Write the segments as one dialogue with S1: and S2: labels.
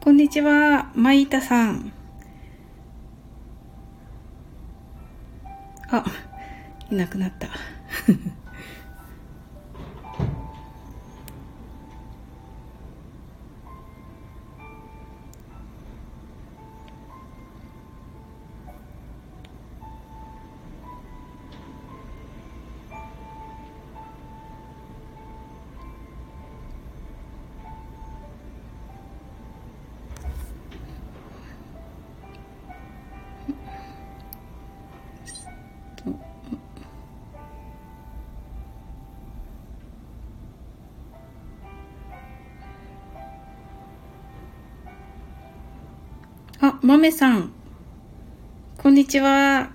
S1: こんにちは、まいたさん。あ、いなくなった。あ、まめさん。こんにちは。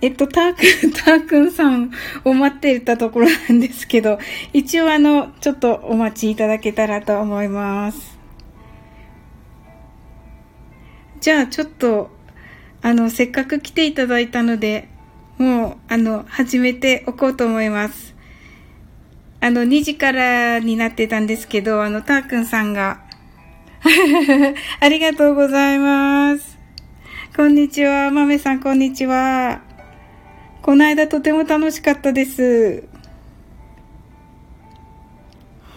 S1: えっと、たーくん、 たーくんさんを待っていたところなんですけど、一応あの、ちょっとお待ちいただけたらと思います。じゃあ、ちょっと、あの、せっかく来ていただいたので、もう、あの、始めておこうと思います。あの、2時からになってたんですけど、あの、たーくんさんがありがとうございます。こんにちは。まめさん、こんにちは。この間とても楽しかったです。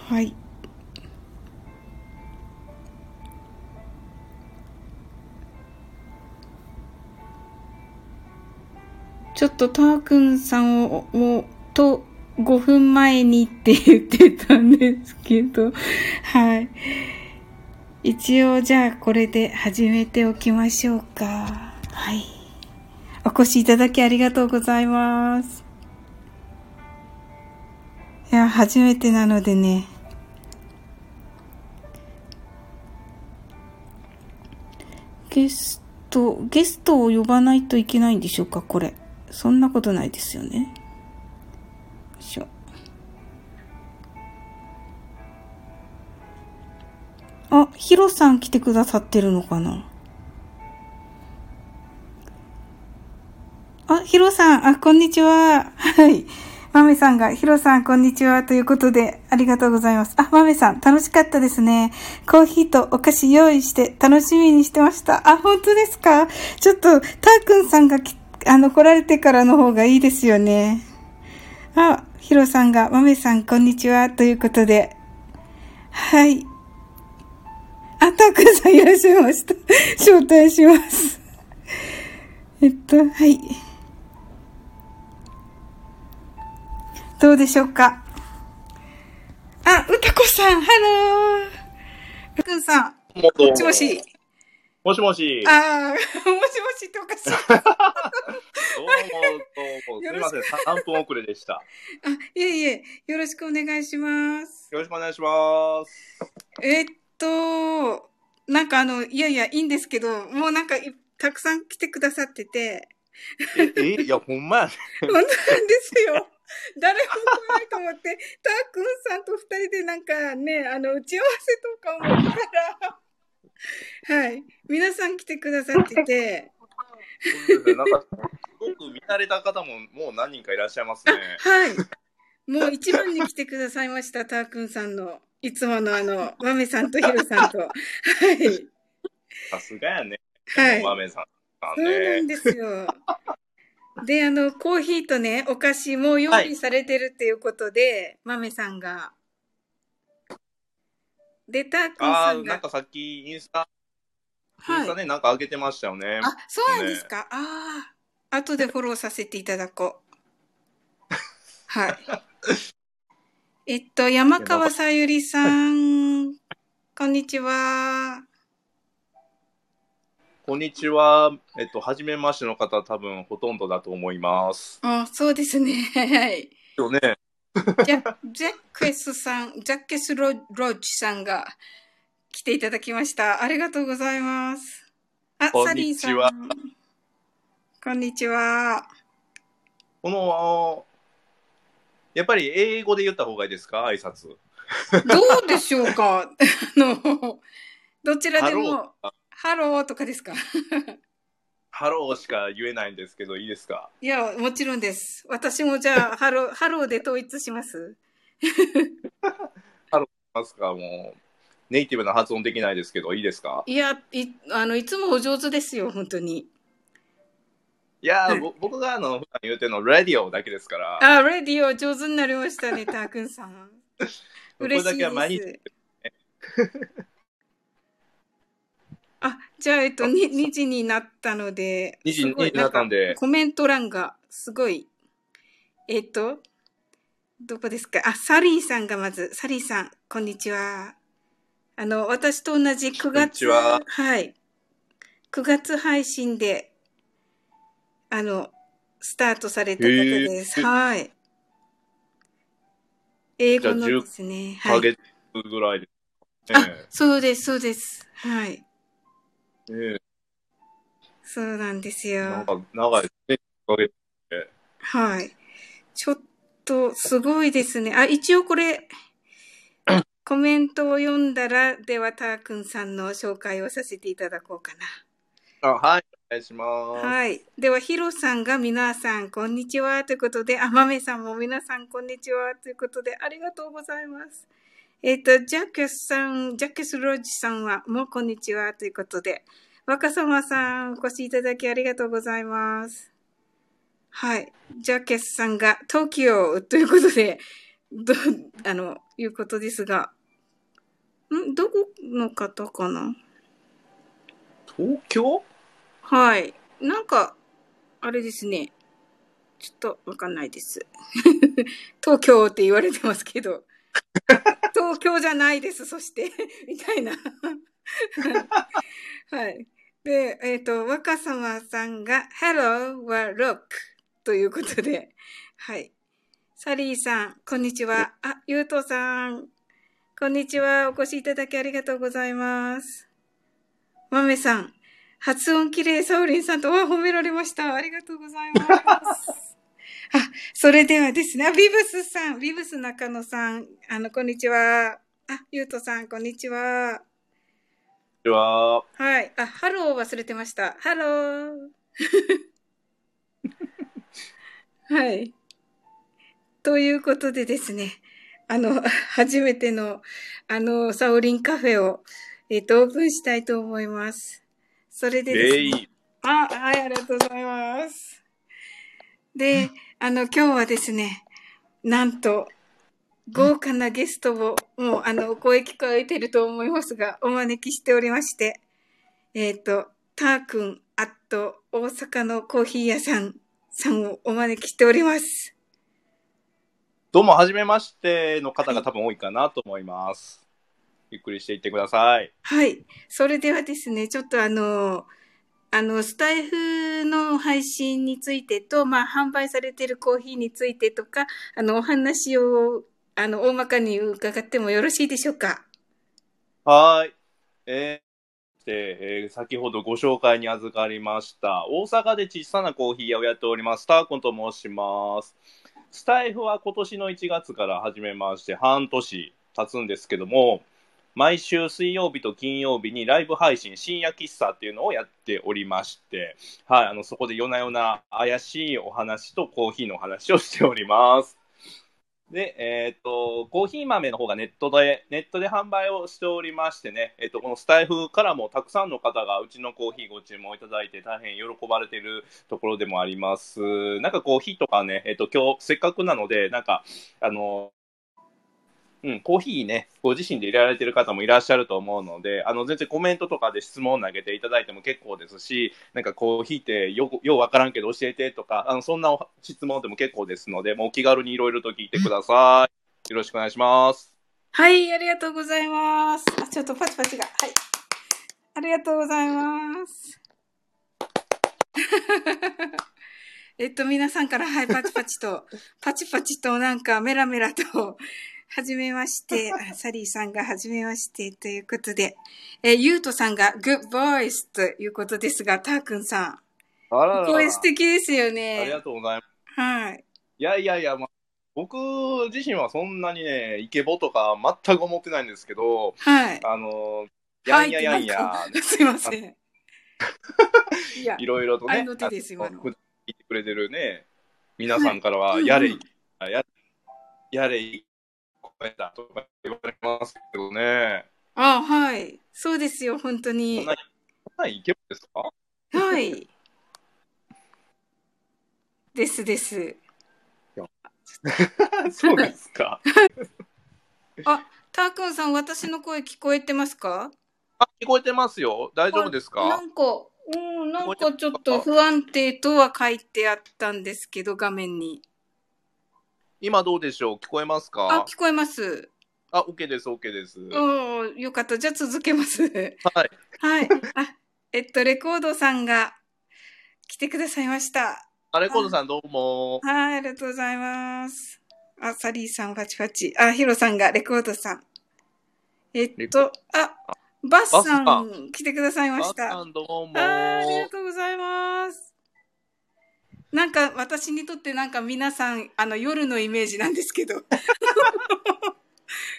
S1: はい。ちょっとたーくんさんを、をと5分前にって言ってたんですけど、はい。一応じゃあこれで始めておきましょうか。はい。お越しいただきありがとうございます。いや、初めてなのでね。ゲスト、ゲストを呼ばないといけないんでしょうか、これ。そんなことないですよね。よいしょ。あ、ヒロさん来てくださってるのかなあ、ヒロさん、あ、こんにちは。はい。マメさんが、ヒロさん、こんにちは。ということで、ありがとうございます。あ、マメさん、楽しかったですね。コーヒーとお菓子用意して、楽しみにしてました。あ、本当ですかちょっと、たーくんさんがき、あの、来られてからの方がいいですよね。あ、ヒロさんが、マメさん、こんにちは。ということで、はい。あ、たくさんいらっしゃいました。招待します。えっと、はい。どうでしょうかあ、うたこさん、ハロー。うくんさん、もしもし。
S2: もしもし。
S1: ああ、もしもしっておかしい。
S2: どうも、どうも。すみません、3分遅れでした。あ、
S1: いえいえ、よろしくお願いします。
S2: よろしくお願いします。
S1: えー、と、なんかあの、いやいや、いいんですけど、もうなんか、たくさん来てくださってて。
S2: え、えいや、ほんまや、ね。
S1: 本当なんですよ。誰も来ないと思って、たーくんさんと二人でなんかね、あの、打ち合わせとかもしたら、はい。皆さん来てくださってて。
S2: なんか、すごく見慣れた方ももう何人かいらっしゃいますね。
S1: はい。もう一番に来てくださいました、たーくんさんの。いつものあの、まめさんとひろさんと。はい。
S2: さすがやね。はい。まめさん、
S1: ね、そうなんです よ。で、あの、コーヒーとね、お菓子も用意されてるっていうことで、ま、は、め、い、さんが。で、たーくんさんが。
S2: なんかさっきインスタ、はい、インスタね、なんか上げてましたよね。
S1: あ、そうなんですか。ね、ああ。後でフォローさせていただこ う。はい。えっと、山川さゆりさん、こんにちは。
S2: こんにちは。えっと、初めましての方、多分ほとんどだと思います。
S1: あ、そうですね。はい。
S2: よね。
S1: ジャジャックスさん、ジャッケスロロッジさんが来ていただきました。ありがとうございます。あ、サリーさん。こんにちは。
S2: この、やっぱり英語で言った方がいいですか挨拶。
S1: どうでしょうか あの、どちらでも、ハローとかですか
S2: ハローしか言えないんですけど、いいですか
S1: いや、もちろんです。私もじゃあ、ハロー、ハローで統一します。
S2: ハローしますかもう。ネイティブな発音できないですけど、いいですか
S1: いや、い、あの、いつもお上手ですよ、本当に。
S2: いやー、ぼ僕があの、普段言うてるの、ラディオだけですから、
S1: あ、レディオ上手になりましたね、たーくんさん。
S2: これ
S1: 嬉し
S2: だ
S1: い
S2: けは毎日
S1: です。あ、じゃあ、えっと、に2時になったので、
S2: 2時
S1: すごい
S2: になったんで
S1: かコメント欄がすごい、えっと、どこですかあ、サリーさんがまず、サリーさん、こんにちは。あの、私と同じ9月、。
S2: こんにちはい
S1: 9月配信で、あの、スタートされた方です。
S2: へー
S1: はい。英語の
S2: じゃあ10
S1: ですね。は
S2: 1
S1: い。
S2: 月ぐらいです、
S1: あ
S2: ね。、
S1: そうです、そうです。はい。
S2: ええ
S1: そうなんです
S2: なん
S1: よ。
S2: か長いですね、1ヶ月。
S1: はい。ちょっと、すごいですね。あ、一応これ、コメントを読んだら、では、たーくんさんの紹介をさせていただこうかな。
S2: あはい、お願いします。
S1: はい。では、ヒロさんが皆さん、こんにちはということで、あまめさんも皆さん、こんにちはということで、ありがとうございます。えっ、と、ジャッケスさん、ジャッケスロジさんは、もうこんにちはということで、若様さん、お越しいただきありがとうございます。はい。ジャッケスさんが、東京ということで、ど、あの、いうことですが、んどこの方かな
S2: 東京
S1: はい。なんか、あれですね。ちょっとわかんないです。 東京って言われてますけど。 東京じゃないです、そして。 みたいな。はい。で、えっ、と、若様さんが、Hello は Rock ということで。はい。サリーさん、こんにちは。あ、ゆうとさん、こんにちは。お越しいただきありがとうございます。まめさん、発音きれい、サウリンさんとは褒められました。ありがとうございます。あ、それではですね、あビブスさん、ビブス中野さん、あの、こんにちは。あ、ゆうとさん、こんにちは。
S2: では、
S1: はい。あ、ハロー忘れてました。ハロー。 はい。ということでですね、あの、初めての、あの、サオリンカフェを、えっと、オープンしたいと思います。それでです
S2: レ
S1: ね、
S2: イ。
S1: あ、はい、ありがとうございます。で、あの、今日はですね、なんと、豪華なゲストを、もう、あの、お声聞こえてると思いますが、お招きしておりまして、えっ、と、たーくん、あと、大阪のコーヒー屋さん、さんをお招きしております。
S2: どうも、はじめましての方が多分多いかなと思います。ゆっくりしていってください。
S1: はい。それではですね、ちょっとあの、あの、スタイフの配信についてと、まあ、販売されているコーヒーについてとか、あの、お話を、あの、大まかに伺ってもよろしいでしょうか。
S2: はーい。えーでえー先ほどご紹介に預かりました大阪で小さなコーヒー屋をやっておりますターコンと申しますスタイフは今年の1月から始めまして半年経つんですけども毎週水曜日と金曜日にライブ配信深夜喫茶っていうのをやっておりまして、はい、あのそこで夜な夜な怪しいお話とコーヒーのお話をしておりますで、えっ、と、コーヒー豆の方がネットで、ネットで販売をしておりましてね、えっ、と、このスタイフからもたくさんの方がうちのコーヒーご注文いただいて大変喜ばれているところでもあります。なんかコーヒーとかね、えっ、と、今日せっかくなので、なんか、あの、うん、コーヒーね、ご自身で入れられてる方もいらっしゃると思うので、あの、全然コメントとかで質問を投げていただいても結構ですし、なんかコーヒーってよく、ようわからんけど教えてとか、あの、そんなお質問でも結構ですので、もうお気軽にいろいろと聞いてください。よろしくお願いします。
S1: はい、ありがとうございます。あ、ちょっとパチパチが。はい。ありがとうございます。 えっと、皆さんから、はい、パチパチ と、パチパチと、なんか、メラメラと、はじめまして、あサリーさんがはじめまして、ということで、えーゆうとさんが、グッドボイスということですが、たーくんさ
S2: あら
S1: ん、声素敵ですよ
S2: ありが
S1: ね。
S2: とうございます。
S1: はい。
S2: いやいやいや、まあ、僕自身はそんなにね、イケボとか全く思ってないんですけど、
S1: はい。
S2: あの、やんややんや
S1: はい、 すいません。いや
S2: い、ろいろとね、
S1: 愛の手です今の
S2: 聞いてくれてるね、皆さんからは、やれ、
S1: うんうん
S2: やれ、やれ、超えたとか言われますけどね。
S1: あはい。そうですよ、本当に。
S2: ははい、イケボですか
S1: はい。ですです。
S2: そうですか。
S1: たーくんさん、私の声聞こえてますか
S2: あ、聞こえてますよ。大丈夫です
S1: な
S2: か
S1: んか、うん、なんかちょっと不安定とは書いてあったんですけど、画面に。
S2: 今どうでしょう聞こえます
S1: あ
S2: か、
S1: 聞こえます。
S2: あ、OK です、OK です。
S1: うん、よかった。じゃあ続けます。
S2: はい。
S1: はい。あ、えっと、レコードさんが来てくださいました。
S2: あれ、コードさんどうも。
S1: はい、ありがとうございます。あ、サリーさん、パチパチ。あ、ヒロさんが、レコードさん。えっと、あ、バスさん、
S2: バ
S1: 来てくださいま
S2: バ
S1: し
S2: ッ
S1: た。
S2: タ
S1: あ
S2: ンどうも。
S1: ーありがとうございます。なんか、私にとってなんか皆さん、あの、夜のイメージなんですけど。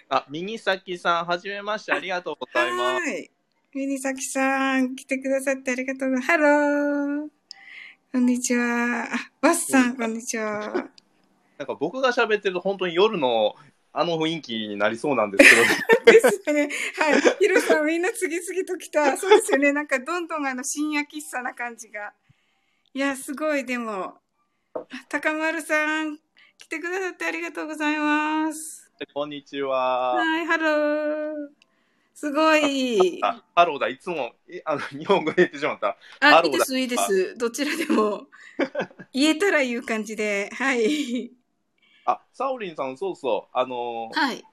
S2: あ、右崎さん、はじめまして、ありがとうございま
S1: はい。ミニサキさん、来てくださってありがとうございます。ハロー。こんにちは。あ、バスさん、こんにちは。
S2: す。なんか僕が喋ってると、本当に夜のあの雰囲気になりそうなんで すけど、
S1: ですよね。はい。ヒロさん、みんな次々と来た。そうですよね。なんか、どんどんあの、深夜喫茶な感じが。いや、すごい、でも。あ高丸さん、来てくださってありがとうございます。
S2: こんにちは。
S1: はい、ハロー。すごい。
S2: あ、ハローだ、いつも、えあの、 日本語で言ってしまった。
S1: あ
S2: ハ、
S1: い
S2: ロ
S1: い
S2: ーだ
S1: です、いいです。どちらでも。言えたら言う感じで。はい。
S2: あ、サオリンさん、そうそう、あの、
S1: はい。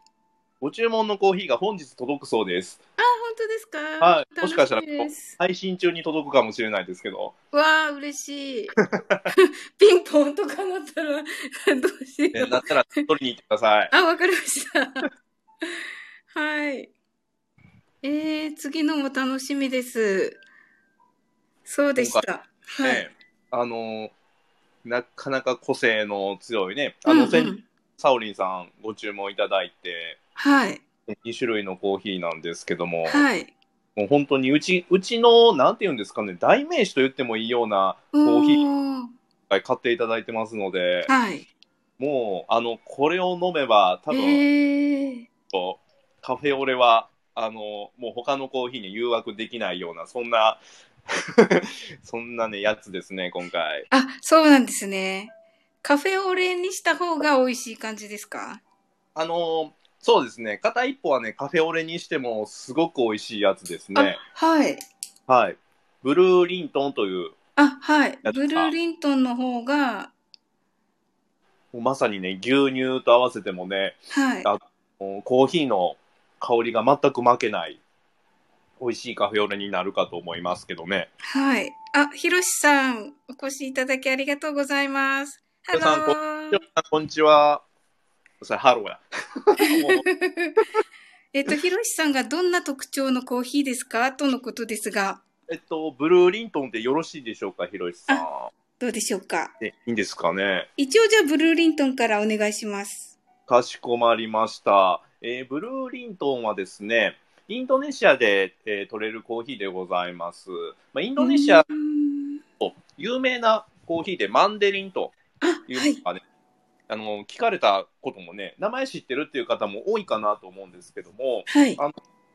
S2: ご注文のコーヒーが本日届くそうです。
S1: あ、本当ですか
S2: はいもしかしたら
S1: 楽いです
S2: 配信中に届くかもしれないですけど。
S1: わあ、嬉 しい。ピンポンとかなったら、どうし
S2: え
S1: よう。
S2: なったら取りに行ってください。
S1: あ、わかりました。はい。えー、次のも楽しみです。そうでした。はい。
S2: ねあのなかなか個性の強いね、あ
S1: うんう
S2: の、
S1: ん
S2: 先日サオリンさんご注文いただいて、
S1: はい。
S2: 2種類のコーヒーなんですけども、
S1: はい。
S2: もう本当にうち、うちの、なんて言うんですかね、代名詞と言ってもいいようなコーヒー
S1: おー
S2: 買っていただいてますので、
S1: はい。
S2: もう、あの、これを飲めば、多
S1: え
S2: 分、
S1: ー、
S2: カフェオレは、あの、もう他のコーヒーに誘惑できないような、そんな、 そんなね、やつですね、今回。
S1: あ、そうなんですね。カフェオレにした方が美味しい感じですか
S2: あの、そうですね、片一方はね、カフェオレにしても、すごく美味しいやつですね。
S1: あ、はい。
S2: はい。ブルーリントンという、
S1: あ、はい。
S2: やつか
S1: ブルーリントンの方が、
S2: もうまさにね、牛乳と合わせてもね、
S1: はい。
S2: あもうコーヒーの香りが全く負けない、美味しいカフェオレになるかと思いますけどね。
S1: はい。あ、ひろしさん、お越しいただきありがとうございます。ハ
S2: ろしさん
S1: ロー。
S2: こんにちは。それハローや。もう
S1: えっと、ひろしさんがどんな特徴のコーヒーですかとのことですが、
S2: えっと、ブルーリントンでよろしいでしょうか、ひろしさん。
S1: どうでしょうか
S2: えいいんですかね。
S1: 一応じゃあ、ブルーリントンからお願いします。
S2: かしこまりました。えーブルーリントンはですね、インドネシアで、えー取れるコーヒーでございます。まあ、インドネシア
S1: うーん
S2: 有名なコーヒーでマンデリンと
S1: あ、
S2: いう
S1: はい。
S2: のがね、あの聞かれたこともね、名前知ってるっていう方も多いかなと思うんですけども、
S1: はい。
S2: あ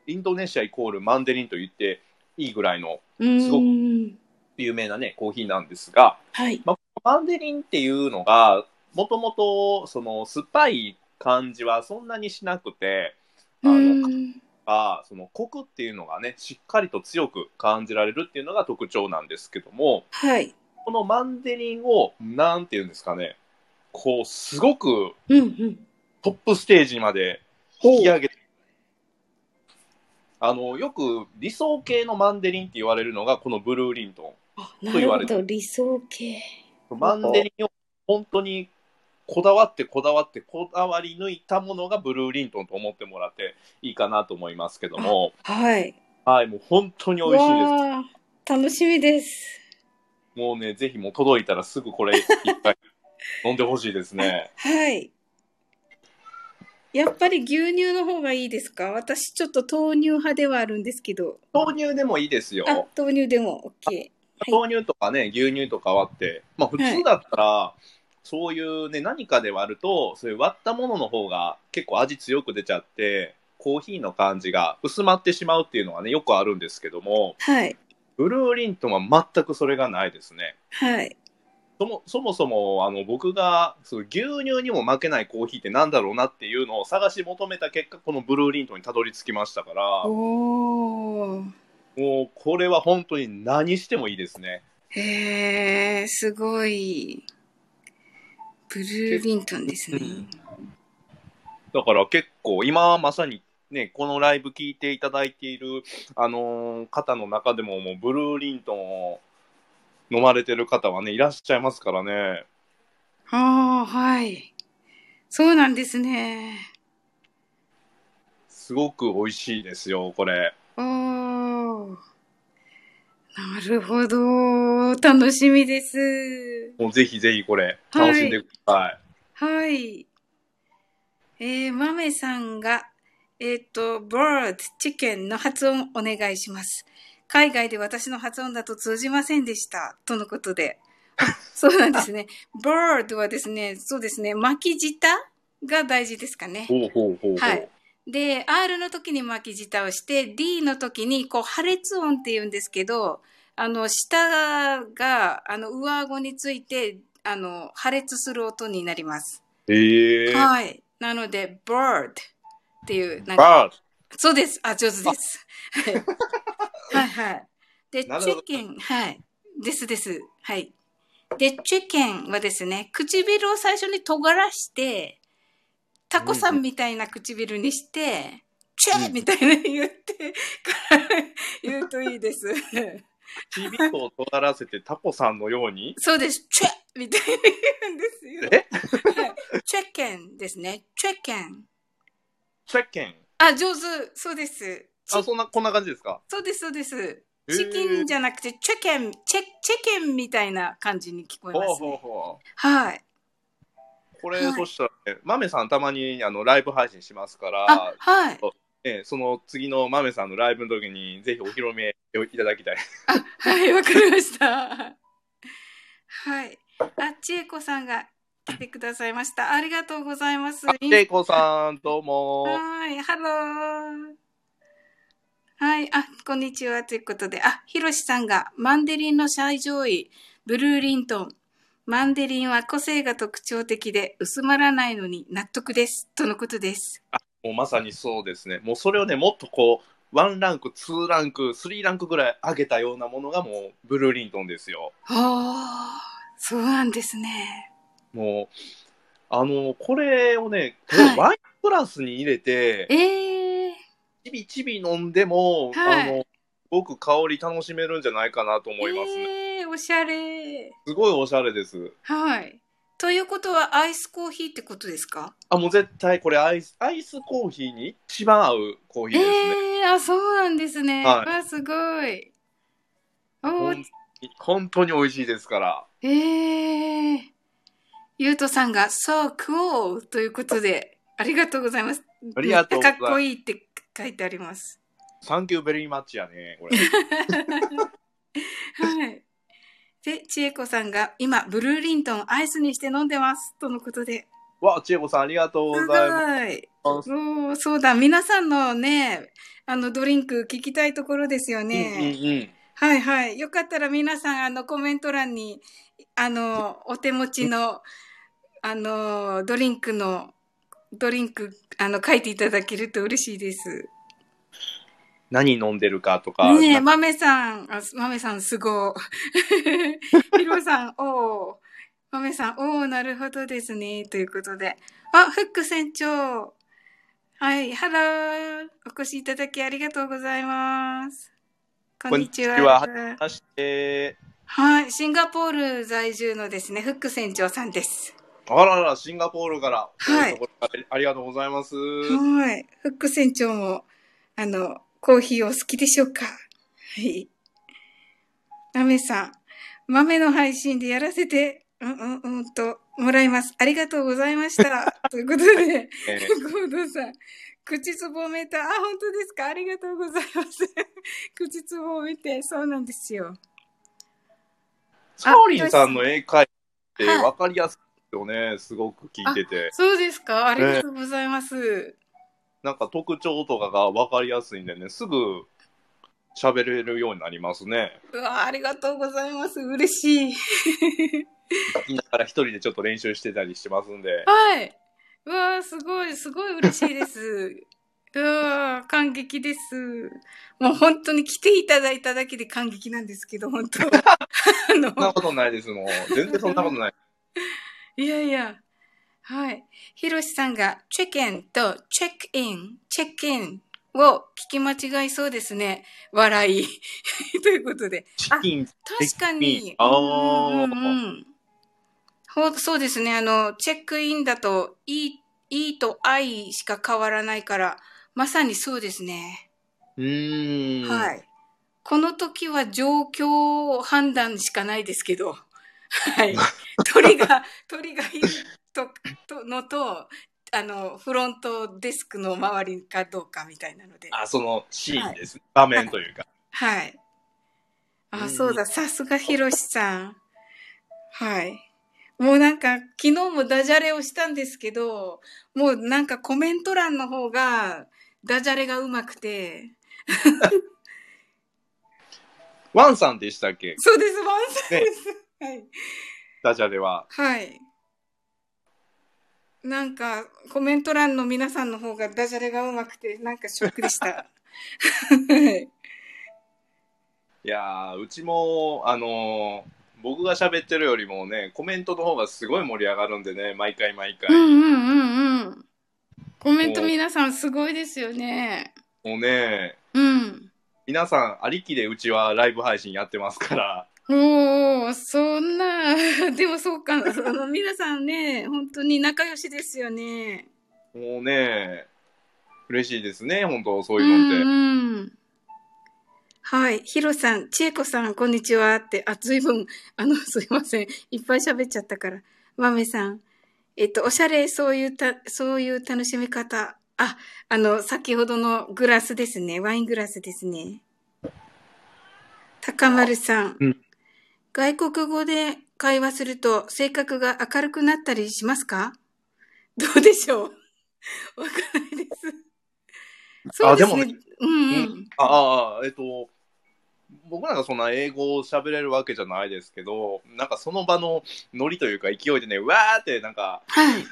S2: インドネシアイコールマンデリンと言っていいぐらいの
S1: うーん
S2: すご有名なね、コーヒーなんですが、
S1: はい。
S2: マンデリンっていうのが、もともとその酸っぱい感じはそんなにしなくて、あの
S1: うーん
S2: あそのコクっていうのがね、しっかりと強く感じられるっていうのが特徴なんですけども、
S1: はい。
S2: このマンデリンを、なんていうんですかね、こう、すごく
S1: うんうん。
S2: トップステージまで引き上げて、あの、よく理想系のマンデリンって言われるのが、このブルーリント
S1: あ
S2: と
S1: な
S2: 言
S1: る
S2: わ
S1: ほ
S2: れる
S1: ど、理想形。
S2: ン。マンデリンを本当にこだわってこだわってこだわり抜いたものがブルーリントンと思ってもらっていいかなと思いますけども、
S1: はい。
S2: はい、もう本当に美味しいです。
S1: わー楽しみです。
S2: もうね、ぜひもう届いたらすぐこれ一回飲んでほしいですね。
S1: はい。やっぱり牛乳の方がいいですか私ちょっと豆乳派ではあるんですけど。
S2: 豆乳でもいいですよ。
S1: あ、豆乳でも OK。い
S2: 豆乳とかね、牛乳とか割って、まあ普通だったら、そういうね、何かで割ると、そういう割ったものの方が結構味強く出ちゃって、コーヒーの感じが薄まってしまうっていうのはね、よくあるんですけども、
S1: はい。
S2: ブルーリントンは全くそれがないですね。
S1: はい。
S2: そもそもそもあの僕がその牛乳にも負けないコーヒーってなんだろうなっていうのを探し求めた結果このブルーリントンにたどり着きましたから
S1: おー。
S2: もうこれは本当に何してもいいですね
S1: へえ、すごい。ブルーリントンですね。
S2: だから結構今まさにねこのライブ聞いていただいている、あのー方の中でももうブルーリントンを飲まれてる方はねいらっしゃいますからね
S1: ああ、はい。そうなんですね。
S2: すごく美味しいですよこれ
S1: おー。なるほど。楽しみです。
S2: もうぜひぜひこれ
S1: はい
S2: 楽しんでください、
S1: はい。えー、マメさんが、えっ、と、bird, チキンの発音お願いします。海外で私の発音だと通じませんでした。とのことで。あそうなんですね。bird はですね、そうですね、巻き舌が大事ですかね。
S2: ほうほうほうほう、
S1: はいで、R の時に巻き舌をして、D の時に、こう、破裂音って言うんですけど、あの、舌が、あの、上顎について、あの、破裂する音になります。
S2: ええー、
S1: はい。なので、bird っていう、なんか、
S2: バー
S1: そうです。あ、上手です。はいはい。で、
S2: なるほど
S1: chicken、はい。ですです。はい。で、chicken はですね、唇を最初に尖らして、タコさんみたいな唇にして、チェ
S2: う
S1: ー
S2: ん
S1: みたいな言って、 から言うといい です。
S2: ちびと尖らせてタコさんのように
S1: そうです。チェーみたいに言うんですよ。
S2: え
S1: はい、チェケンですね。チェケン。
S2: チェッケン
S1: あ、上手。そうです。
S2: あそんなこんな感じですか
S1: そうです、そうです。
S2: へー
S1: チキンじゃなくて、チェケン、チェ、チェケンみたいな感じに聞こえ
S2: ほう
S1: ます、
S2: ほう
S1: ね。
S2: ほ
S1: はい。
S2: うこれ、
S1: はい
S2: そしたらねマメさんたまにあのライブ配信しますか
S1: あ
S2: ら、
S1: はい。
S2: ね、その次のマメさんのライブの時にぜひお披露目をいただきたい
S1: はい、わかりました。はい。あ、ちえこさんが来てくださいました。ありがとうございます。
S2: あテイコさんどうも
S1: はい、ハロー。はい、あ、こんにちはということで、あ、ひろしさんがマンデリンの最上位、ブルーリントン。マンデリンは個性が特徴的で薄まらないのに納得です。とのことです。
S2: もうまさにそうですねもうそれをねもっとこうワンランクツーランクスリーランクぐらい上げたようなものがもうブルーリントンですよ
S1: ああ、そうなんですね。
S2: もうあのこれをね
S1: はい
S2: ワイングラスに入れて、
S1: ええ
S2: ちびちび飲んでも、
S1: はい
S2: あの、すごく香り楽しめるんじゃないかなと思いますね。
S1: ええおしゃれ。
S2: すごいおしゃれです。
S1: はい。ということは、アイスコーヒーってことですか
S2: あ、もう絶対これアイス、アイスコーヒーに一番合うコーヒーですね。
S1: ええあ、そうなんですね。
S2: はい
S1: あ、すごい。お
S2: ほ
S1: ー
S2: ん本当に美味しいですから。
S1: ええゆうとさんが、そう、クオーということで、ありがとうございます。
S2: ありがとうございま
S1: めっちゃ
S2: す
S1: かっこいいって書いてあります。
S2: サンキューベリーマッチやね、 これ。
S1: はい。で、ちえこさんが、今、ブルーリントンアイスにして飲んでます。とのことで。
S2: わ、千恵子さんありがとう
S1: す
S2: ご
S1: ご
S2: ざいま
S1: い。
S2: す。
S1: おーそうだ、皆さんのね、あの、ドリンク聞きたいところですよ
S2: うん
S1: ね。
S2: うんうん。
S1: はいはい。よかったら皆さん、あの、コメント欄に、あの、お手持ちの、あの、ドリンクの、ドリンク、あの、書いていただけると嬉しいです。
S2: 何飲んでるかとか。
S1: ねえ、
S2: なんか
S1: 豆さん、あ豆さん、すごい。 ヒロさん、おお。豆さん、おお、なるほどですね。ということで。あ、フック船長。はい、ハロー。お越しいただきありがとうございます。こんにち
S2: こんにちは
S1: は。
S2: まして、
S1: はい、シンガポール在住のですね、フック船長さんです。
S2: あらら、シンガポールから。
S1: はい
S2: こううところからありがとうございます。
S1: はい、フック船長も、あの、コーヒーお好きでしょうかはい。豆さん、豆の配信でやらせて、うんうんうんと、もらいます。ありがとうございま した。ということで、
S2: えー
S1: ゴードンさん、口つぼめた、あ、本当ですかありがとうございます。口つぼを見て、そうなんですよ。
S2: サオリンさんの英会話って分かりやすいですよね、すごく聞いてて。
S1: そうですかありがとうございます。
S2: なんか特徴とかが分かりやすいんでね、すぐ喋れるようになりますね。
S1: うわ、ありがとうございます。嬉しい。
S2: 聞きながら一人でちょっと練習してたりしてますんで。
S1: はい。うわ、すごい、すごい嬉しいです。うわ、感激です。もう本当に来ていただいただけで感激なんですけど、本当。 あ
S2: そんな
S1: の、
S2: ことないです、もう。全然そんなこと ない。
S1: いやいや。はい。ひろしさんが、チェックインとチェックイン、チェックインを聞き間違いそうですね。笑い。 ということで。
S2: チキン。
S1: 確か
S2: チェックイ
S1: に
S2: ン。あー
S1: うんうんうんほそうですね。あの、チェックインだと、いい、いいと愛しか変わらないから、まさにそうですね。
S2: うーん。
S1: はい。この時は状況判断しかないですけど、 はい。鳥が、鳥がいると、とのと、あの、フロントデスクの周りかどうかみたいなので。
S2: あ、そのシーンです、ね場面というか。
S1: はい。
S2: う
S1: あ、
S2: ん
S1: そうだ、さすがひろしさん。はい。もうなんか、昨日もダジャレをしたんですけど、もうなんかコメント欄の方が、ダジャレがうまくて。
S2: ワンさんでしたっけ
S1: そうです、ワンさんです。はい。
S2: ダジャレは。
S1: はい。なんか、コメント欄の皆さんの方がダジャレがうまくて、なんかショックでした。はい。
S2: いやー、うちも、あのー僕が喋ってるよりもね、コメントの方がすごい盛り上がるんでね、毎回毎回。
S1: うん
S2: も
S1: うんうんうん。コメント皆さんすごいですよね。
S2: うね、
S1: うん。
S2: 皆さんありきでうちはライブ配信やってますから、
S1: おー、そんな、 でもそうか、あの、皆さんね、本当に仲良しですよね。
S2: もうね、嬉しいですね、本当そう
S1: う
S2: いうのって。
S1: んうん。はい、ヒロさん、千恵子さん、こんにちはって、あ、ずいぶん、あの、すいません、いっぱい喋っちゃったから。まめさん、えっと、おしゃれ、そういうた、そういう楽しみ方。あ、あの、先ほどのグラスですね、ワイングラスですね。高丸さん、
S2: うん
S1: 外国語で会話すると性格が明るくなったりしますかどうでしょう わからないです。そうですね。
S2: あでもね
S1: うんう。
S2: うんああ、えっと、僕なんかそんな英語を喋れるわけじゃないですけど、なんかその場のノリというか勢いでね、わーってなんか、
S1: はい。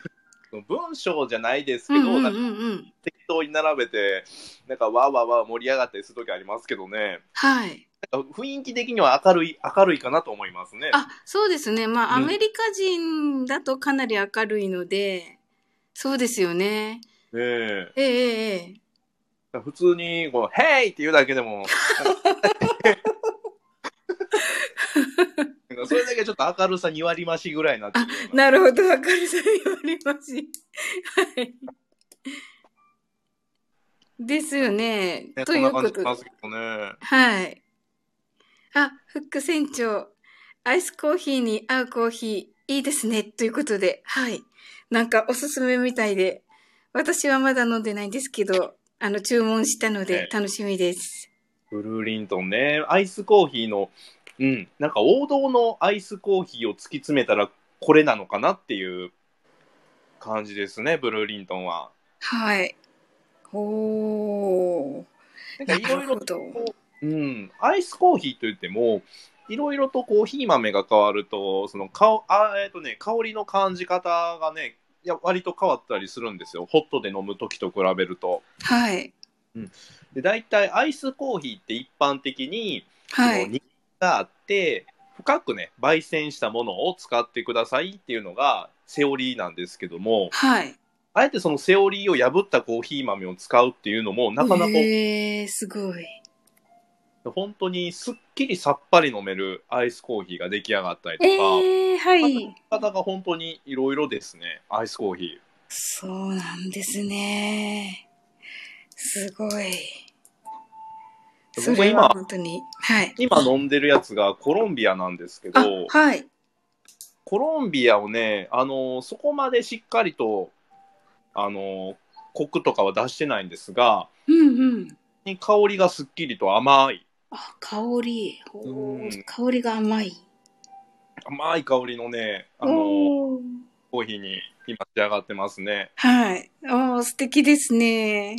S2: 文章じゃないです
S1: う
S2: けど、
S1: んうんう
S2: なんか
S1: んうん。
S2: 適当に並べて、なんかわーわーわー盛り上がったりするときありますけどね、
S1: はい。
S2: なんか雰囲気的には明るい、明るいかなと思いますね。
S1: あ、そうですね。まあ、ア
S2: うん
S1: メリカ人だとかなり明るいので、そうですよね。
S2: え
S1: ええええええ。
S2: え普通に、こう、ヘイって言うだけでも、 なんかそれだけちょっと明るさ2割増しぐらいになってくるような
S1: なるほど、わかりさえ言われまし。はい。ですよね。
S2: ね
S1: と
S2: そん
S1: いう
S2: な感
S1: こ
S2: じしま
S1: と
S2: す
S1: で。
S2: けどね。
S1: はい。あ、フック船長、アイスコーヒーに合うコーヒー、いいですね。ということで、はい。なんかおすすめみたいで、私はまだ飲んでないんですけど、あの、注文したので
S2: ね
S1: 楽しみです。
S2: ブルーリントンね、アイスコーヒーの、うん、なんか王道のアイスコーヒーを突き詰めたらこれなのかなっていう感じですね、ブルーリントンは。
S1: はい。おー。
S2: なんか
S1: ない
S2: ろい
S1: る
S2: ろ
S1: ほ、ど。
S2: うん、アイスコーヒーといっても、いろいろとコーヒー豆が変わると、その香あ、えっとね、香りの感じ方がね、いや割と変わったりするんですよ、ホットで飲むときと比べると。
S1: はい。
S2: で大体アイスコーヒーって一般的に、
S1: は
S2: その
S1: い。
S2: 人気があって深くね焙煎したものを使ってくださいっていうのがセオリーなんですけども
S1: はい。
S2: あえてそのセオリーを破ったコーヒー豆を使うっていうのもなかなか
S1: えー、すごい。
S2: 本当にすっきりさっぱり飲めるアイスコーヒーが出来上がったりとか、
S1: ええはい。
S2: 方が本当にいろいろですねアイスコーヒー
S1: そうなんですね。すごい。
S2: 僕
S1: それは
S2: 今
S1: 本当に。はい。
S2: 今飲んでるやつがコロンビアなんですけど
S1: あ、はい。
S2: コロンビアをね、あのーそこまでしっかりと、あのーコクとかは出してないんですが
S1: うんうん。
S2: に香りがすっきりと甘い
S1: あ、香り。ほう
S2: うん
S1: 香りが甘い。
S2: 甘い香りのね、あの、
S1: おー
S2: コーヒーに今仕上がってますね。
S1: はい。おー、素敵ですね。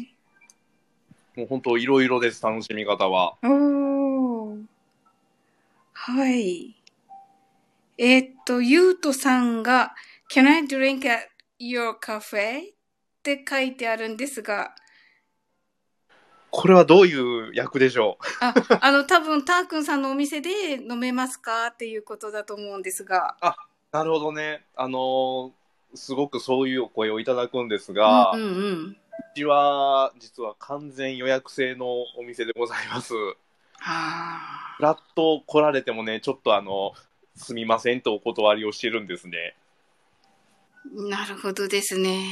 S2: もう本当いろいろです、楽しみ方は。
S1: おー。はい。えーっと、ゆうとさんが、Can I drink at your cafe? って書いてあるんですが、
S2: これはどういう役でしょう
S1: あ、あの、多分、たーくんさんのお店で飲めますかっていうことだと思うんですが。
S2: なるほどね。あのーすごくそういうお声をいただくんですが、
S1: う
S2: うん
S1: うんうん。
S2: ちは実は完全予約制のお店でございます。
S1: あ
S2: フラッと来られてもね、ちょっとあの、すみませんとお断りをしてるんですね。
S1: ーなるほどですね。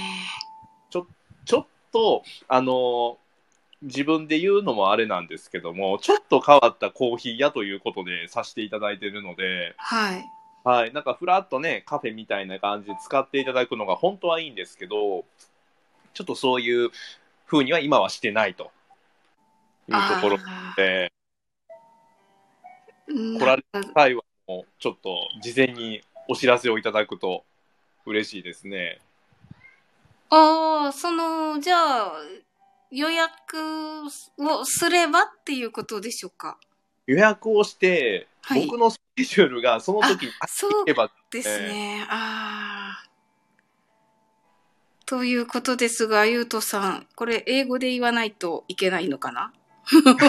S2: ちょっと、あの、自分で言うのもあれなんですけども、ちょっと変わったコーヒー屋ということでさせていただいてるので、
S1: はい。
S2: はい、なんかふらっとね、カフェみたいな感じで使っていただくのが本当はいいんですけど、ちょっとそういう風には今はしてないというところ
S1: あ
S2: で、
S1: ー
S2: 来られ
S1: なるほど
S2: 会話もちょっと事前にお知らせをいただくと嬉しいですね。
S1: ああ、その、じゃあ、予約をすればっていうことでしょうか。
S2: 予約をして、
S1: はい
S2: 僕のスケジュールがその時に
S1: そう
S2: けば、
S1: ですね。ああ。ということですが、ゆうとさん、これ英語で言わないといけないのか な わか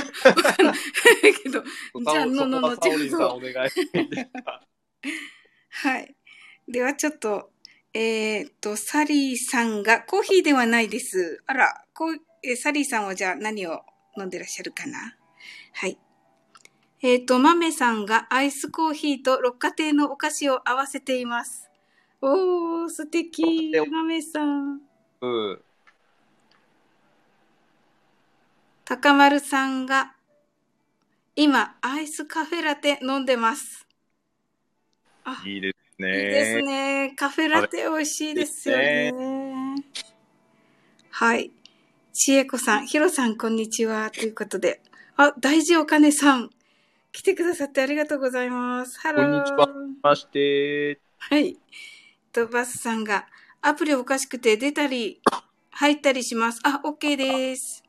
S1: んないけど、じゃあの
S2: そこ
S1: のの
S2: はサオリンさん
S1: ちょっと
S2: お 願いしていいですか
S1: はい。ではちょっと、えーっと、サリーさんがコーヒーではないです。あら、こうえーサリーさんはじゃあ何を飲んでらっしゃるかなはい。えーっと、マメさんがアイスコーヒーと六花亭のお菓子を合わせています。おー、素敵
S2: 六花亭。
S1: マメさん。
S2: うん。
S1: 高丸さんが、今、アイスカフェラテ飲んでます。あ、
S2: いいです
S1: いいです
S2: ね。
S1: ね。カフェラテ美味しいですよね。はい。ちえこさん、ひろさん、こんにちは。ということで。あ、大事お金さん。来てくださってありがとうございます。ハロー。
S2: こんにちはまして、
S1: はい。と、バスさんが、アプリおかしくて出たり、入ったりします。あ、OK です。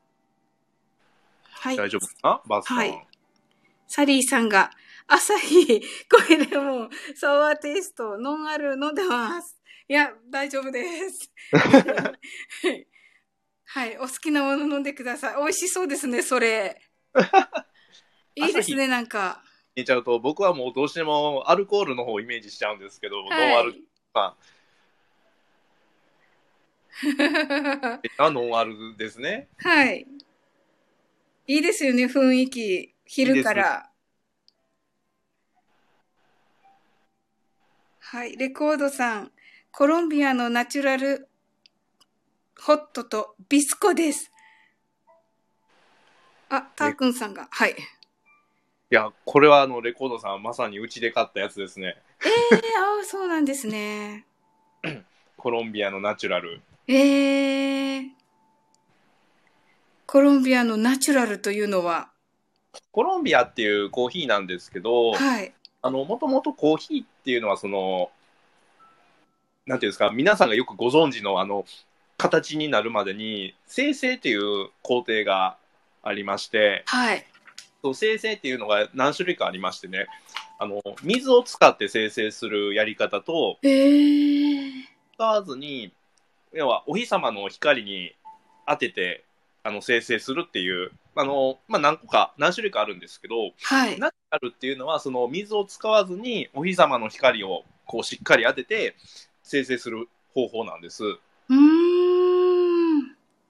S1: はい。
S2: 大丈夫かなバスさん。
S1: はいサリーさんが、朝日、これでも、サワーテイスト、ノンアル飲んでます。いや、大丈夫 です。はいはい、お好きなもの飲んでください。美味しそうですね、そ れ。いいですね、なんか。
S2: 言っちゃうと、僕はもうどうしてもアルコールの方をイメージしちゃうんですけど、ノンアルか、
S1: は
S2: あノンアルですね。
S1: い。はい。いいですよね、雰囲気。昼から。はい、レコードさん。コロンビアのナチュラルホットとビスコです。あ、たーくんさんが。はい。
S2: いや、これはあの、レコードさんはまさにうちで買ったやつですね。
S1: えー、あーそうなんですね。
S2: コロンビアのナチュラル。
S1: えー、コロンビアのナチュラルというのは、
S2: コロンビアっていうコーヒーなんですけど、
S1: はい、
S2: あの、もともとコーヒーっていうのは、その、なんていうんですか、皆さんがよくご存知の、あの、形になるまでに、生成っていう工程がありまして、
S1: はい、
S2: そう生成っていうのが何種類かありましてね、あの、水を使って生成するやり方と、
S1: えー、
S2: 使わずに、要はお日様の光に当てて、あの、生成するっていう、あの、まあ、何個か、何種類かあるんですけど、
S1: はい、
S2: ナチュラルっていうのはその水を使わずにお日様の光をこうしっかり当てて生成する方法なんです
S1: うーん、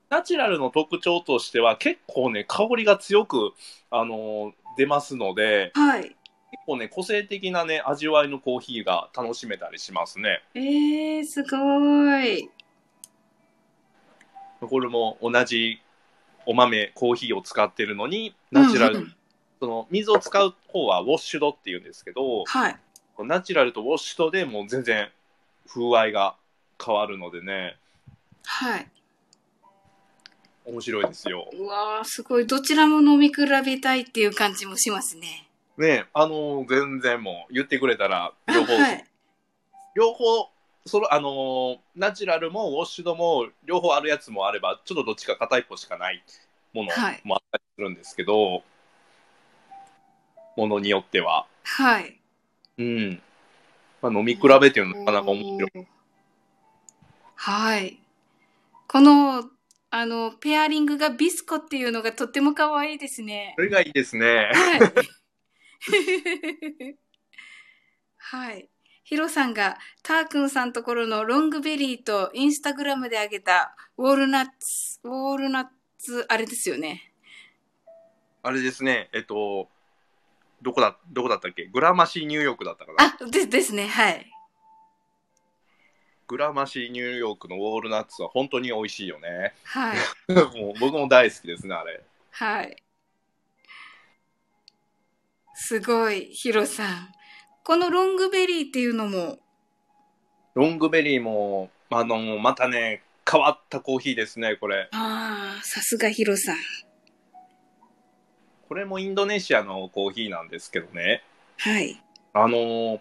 S2: ナチュラルの特徴としては結構ね香りが強く、あのー出ますので
S1: はい、
S2: 結構ね個性的なね味わいのコーヒーが楽しめたりしますね
S1: えー、すごい。
S2: これも同じお豆コーヒーを使ってるのにナチュラル、
S1: うんうん
S2: その水を使う方はウォッシュドっていうんですけど
S1: はい、
S2: ナチュラルとウォッシュドでもう全然風合いが変わるのでね
S1: はい。
S2: 面白いですよ。
S1: うわー、すごい。どちらも飲み比べたいっていう感じもしますね。
S2: ねえあのー全然もう言ってくれたら両方、
S1: はい、
S2: 両方そのあのーナチュラルもウォッシュドも両方あるやつもあればちょっとどっちか片一方しかないもの
S1: はい
S2: もあったりするんですけど、ものによっては、
S1: はい。
S2: うんまあ、飲み比べっていうのはなかなか面白い。
S1: おーはい。この、あの、ペアリングがビスコっていうのがとっても可愛いですね
S2: そ。れがいいですね。
S1: はい。はい。ヒロさんが、タークンさんところのロングベリーとインスタグラムであげたウォールナッツ、ウォールナッツ、あれですよね。
S2: あれですね、えっと、どこだ、どこだったっけグラマシーニューヨークだったかな
S1: あ、でですね、はい。
S2: グラマシーニューヨークのウォールナッツは本当に美味しいよね。
S1: はい。
S2: もう僕も大好きですね、あれ。
S1: はい。すごい、ヒロさん。このロングベリーっていうのも、
S2: ロングベリーも、あの、またね、変わったコーヒーですね、これ。
S1: ああ、さすがヒロさん。
S2: これもインドネシアのコーヒーなんですけどね。
S1: はい。
S2: あの、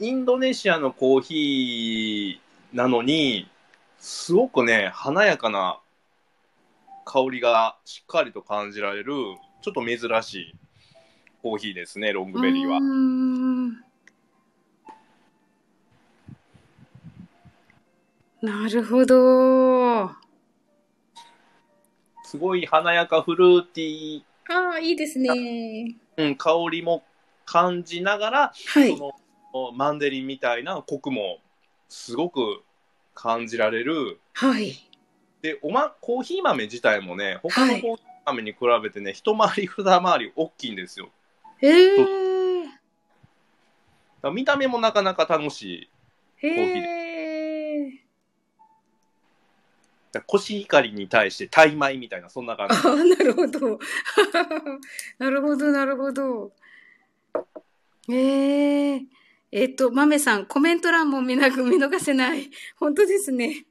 S2: インドネシアのコーヒーなのに、すごくね、華やかな香りがしっかりと感じられる、ちょっと珍しいコーヒーですね、ロングベリーは
S1: うー。んなるほど。あ
S2: すごい華やかフルーティー、
S1: あ、いいですね。
S2: うん、香りも感じながら、
S1: は
S2: そ。のおマンデリンみたいなコクもすごく感じられる
S1: はい。
S2: でおまコーヒー豆自体もね他のコーヒー豆に比べてね、一回り二回り大きいんですよだか
S1: えー。
S2: ら見た目もなかなか楽しい
S1: へえ。
S2: だからコシヒカリに対してタイ米みたいなそんな感
S1: あ
S2: じ
S1: あ、なるほど。 なるほど、なるほど。えええっと、豆さん、コメント欄も見なく見逃せない。本当ですね。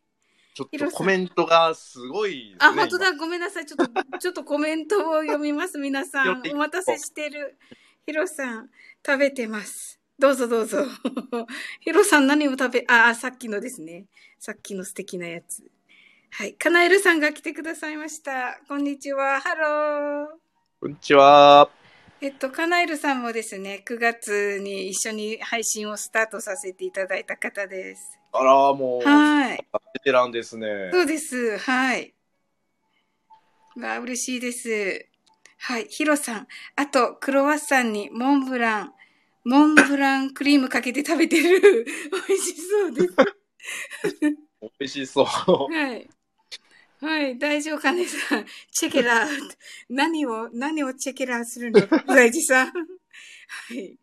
S2: ちょっ
S1: ヒ
S2: と
S1: ロさん
S2: コメントがすごいですね
S1: あ、本当だ。ごめんなさい。ちょっ と、ちょっとコメントを読みます。皆さん。お待たせしてる。ヒロさん、食べてます。どうぞどうぞ。 ヒロさん、何を食べ、あ、あさっきのですね。さっきの素敵なやつ。はい。カナエルさんが来てくださいました。こんにちは。ハロー。
S2: こんにちは
S1: えっと、カナエルさんもですね、9月に一緒に配信をスタートさせていただいた方です。
S2: あらもうベ
S1: はい。
S2: テランですね
S1: そうです。はい。わあ、嬉しいです。はい。ヒロさん。あと、クロワッサンにモンブラン、モンブランクリームかけて食べてる。 美味しそうです。
S2: 美味しそう
S1: はい。はい、大丈夫かねさん。チェケラー。何を、何をチェケラーするの大事さん。はい。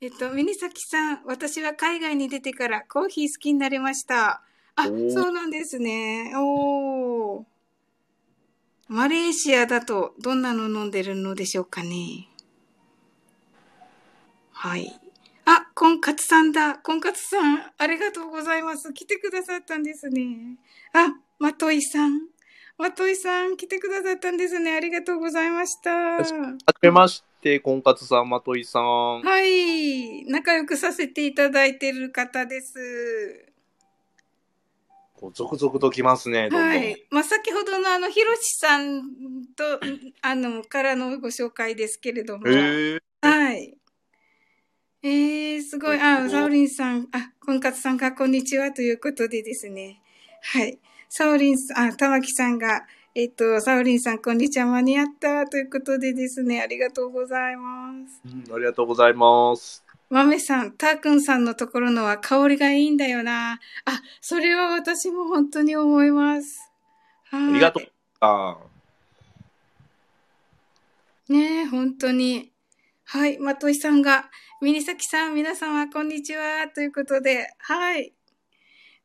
S1: えっと、ミニサキさん、私は海外に出てからコーヒー好きになりました。あ、
S2: おー
S1: そうなんですね。おー。マレーシアだとどんなの飲んでるのでしょうかね。はい。あ、婚活さんだ。婚活さん、ありがとうございます。来てくださったんですね。あ、まといさん。まといさん、来てくださったんですね。ありがとうございました。は
S2: はじめまして婚活さんまといさん
S1: い。仲良くさせていただいてる方です。
S2: こう続々と来ますねどんどん、
S1: はい。まあ、先ほどのあの、ひろしさんと、あの、からのご紹介ですけれども。
S2: へー
S1: はい。えー、すごい。あ、サオリンさん、あ、婚活さんがこんにちはということでですね。はい。サオリンさん、あ、玉木さんが、えっと、サオリンさん、こんにちは、間に合ったということでですね。ありがとうございます。
S2: うんありがとうございます。
S1: 豆さん、ターくんさんのところのは香りがいいんだよな。あ、それは私も本当に思います。あ
S2: ありがとう。あ
S1: ねえ、本当に。はい、まといさんが、ミニサキさん、皆様、こんにちは、ということで、はい。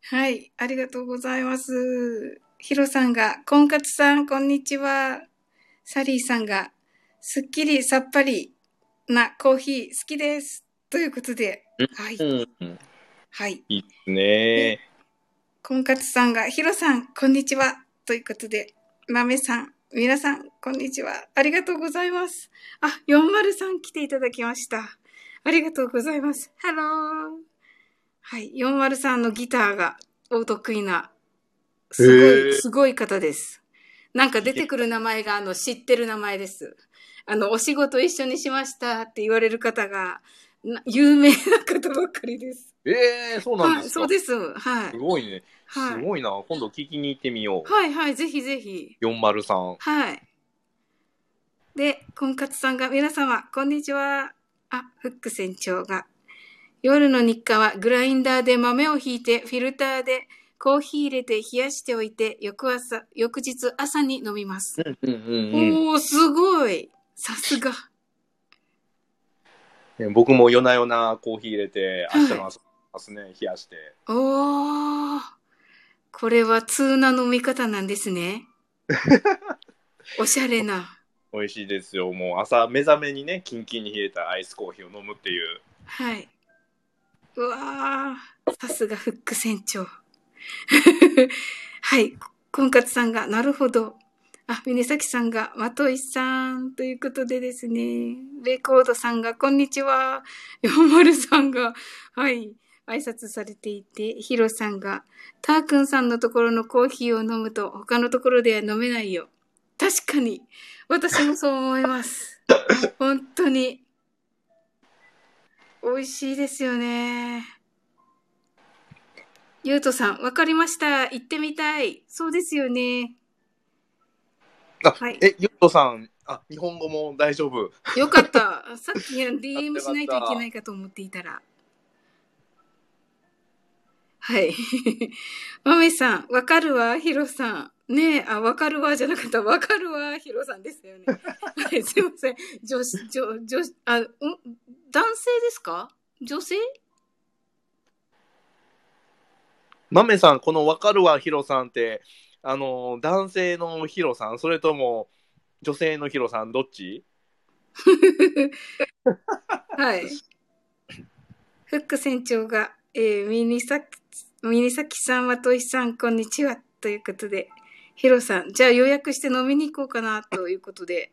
S1: はい、ありがとうございます。ヒロさんが、婚活さん、こんにちは。サリーさんが、すっきりさっぱりなコーヒー、好きです。ということで、はい、
S2: うん、
S1: はい。
S2: いいですね。
S1: 婚活さんが、ヒロさん、こんにちは。ということで、豆さん、皆さん、こんにちは。ありがとうございます。あ、403来ていただきました。ありがとうございます。ハロー。はい。403のギターがお得意な、
S2: へ
S1: すご
S2: ー
S1: い、すごい方です。なんか出てくる名前が、あの、知ってる名前です。あの、お仕事一緒にしましたって言われる方が、な有名な方ばっかりです。
S2: ええそうなん
S1: は
S2: で
S1: い、
S2: すか。
S1: そうです。はい
S2: す。ごいね。
S1: はい
S2: すごいな。今度聞きに行ってみよう。
S1: はいはい、ぜひぜひ。
S2: 403。
S1: はい。で、婚活さんが、皆様、こんにちは。あ、フック船長が。夜の日課はグラインダーで豆をひいて、フィルターでコーヒー入れて冷やしておいて、翌朝、翌日朝に飲みます。
S2: うんうんうん
S1: おー、すごい。さすが。
S2: ね。僕も夜な夜なコーヒー入れて、明日の朝ですね、冷やして。
S1: おー。これは通な飲み方なんです ね。おしゃれな。
S2: 美味しいですよ。もう朝目覚めにね、キンキンに冷えたアイスコーヒーを飲むっていう。
S1: はい。うわー、さすがフック船長。 はい。婚活さんが、なるほど。あ、峰崎さんが、まといさん、ということでですね。レコードさんが、こんにちは。40さんが、はい。挨拶されていて、ヒロさんが、ターくんさんのところのコーヒーを飲むと、他のところでは飲めないよ。確かに。私もそう思います。本当に。美味しいですよね。ゆうとさん、わかりました。行ってみたい。そうですよね。
S2: あ、
S1: はい
S2: え、ゆっとさん、あ、日本語も大丈夫。
S1: よかった。さっき DM
S2: よか
S1: し
S2: った
S1: ないといけないかと思っていたら。はい。 まめさん、わかるわ、ひろさん。ねえ、あ、わかるわ、じゃなかった。わかるわ、ひろさんですよね。 はい、すいません。女子、女、女子、あ、うん、男性ですか女性
S2: まめさん、このわかるわヒロさんって、あの、男性のヒロさん、それとも女性のヒロさん、どっち
S1: はい。フック船長が、えー、ミニサキ、ミニサキさんはといさん、こんにちは、ということで、ヒロさん、じゃあ予約して飲みに行こうかな、ということで。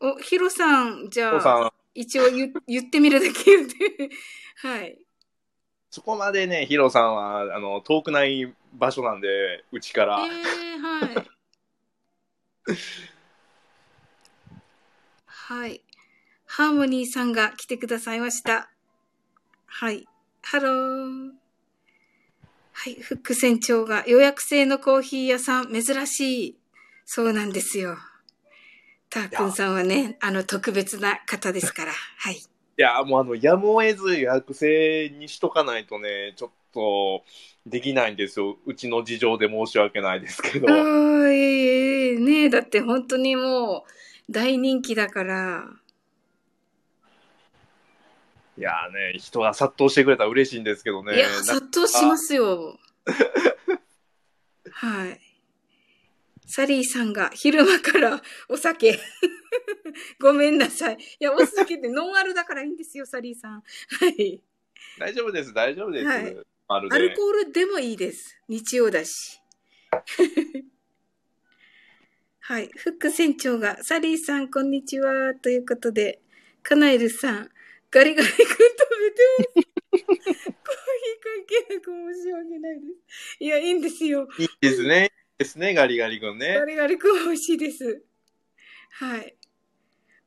S1: お、ヒロさん、じ
S2: ヒ
S1: ゃ
S2: ロさ
S1: あ、
S2: ん、
S1: 一応言言ってみるだけ言って。 はい。
S2: そこまでね、ヒロさんは、あの、遠くない場所なんで、うちから。
S1: えー、はい。はい。ハーモニーさんが来てくださいました。はい。ハロー。はい。フック船長が予約制のコーヒー屋さん、珍しい。そうなんですよ。たーくんさんはね、あの、特別な方ですから。はい。
S2: いや、もうあの、やむを得ず予約制にしとかないとね、ちょっと、できないんですよ。うちの事情で申し訳ないですけど。
S1: ああ、いえいえ、ねえ、だって本当にもう、大人気だから。
S2: いやーね、人が殺到してくれたら嬉しいんですけどね。
S1: いや、
S2: な
S1: 殺到しますよ。 はい。サリーさんが昼間からお酒。 ごめんなさい。いや、お酒ってノンアルだからいいんですよ、サリーさん。はい。
S2: 大丈夫です、大丈夫です。
S1: はい
S2: まるで
S1: アルコールでもいいです。日曜だし。 はい。フック船長が、サリーさん、こんにちは。ということで、カナエルさん、ガリガリ君食べて ます。コーヒー関係なく申し訳ないです。いや、いいんですよ。
S2: いいですね。いいですね、ガリガリ君ね
S1: ガ。リガリ君美味しいです。はい。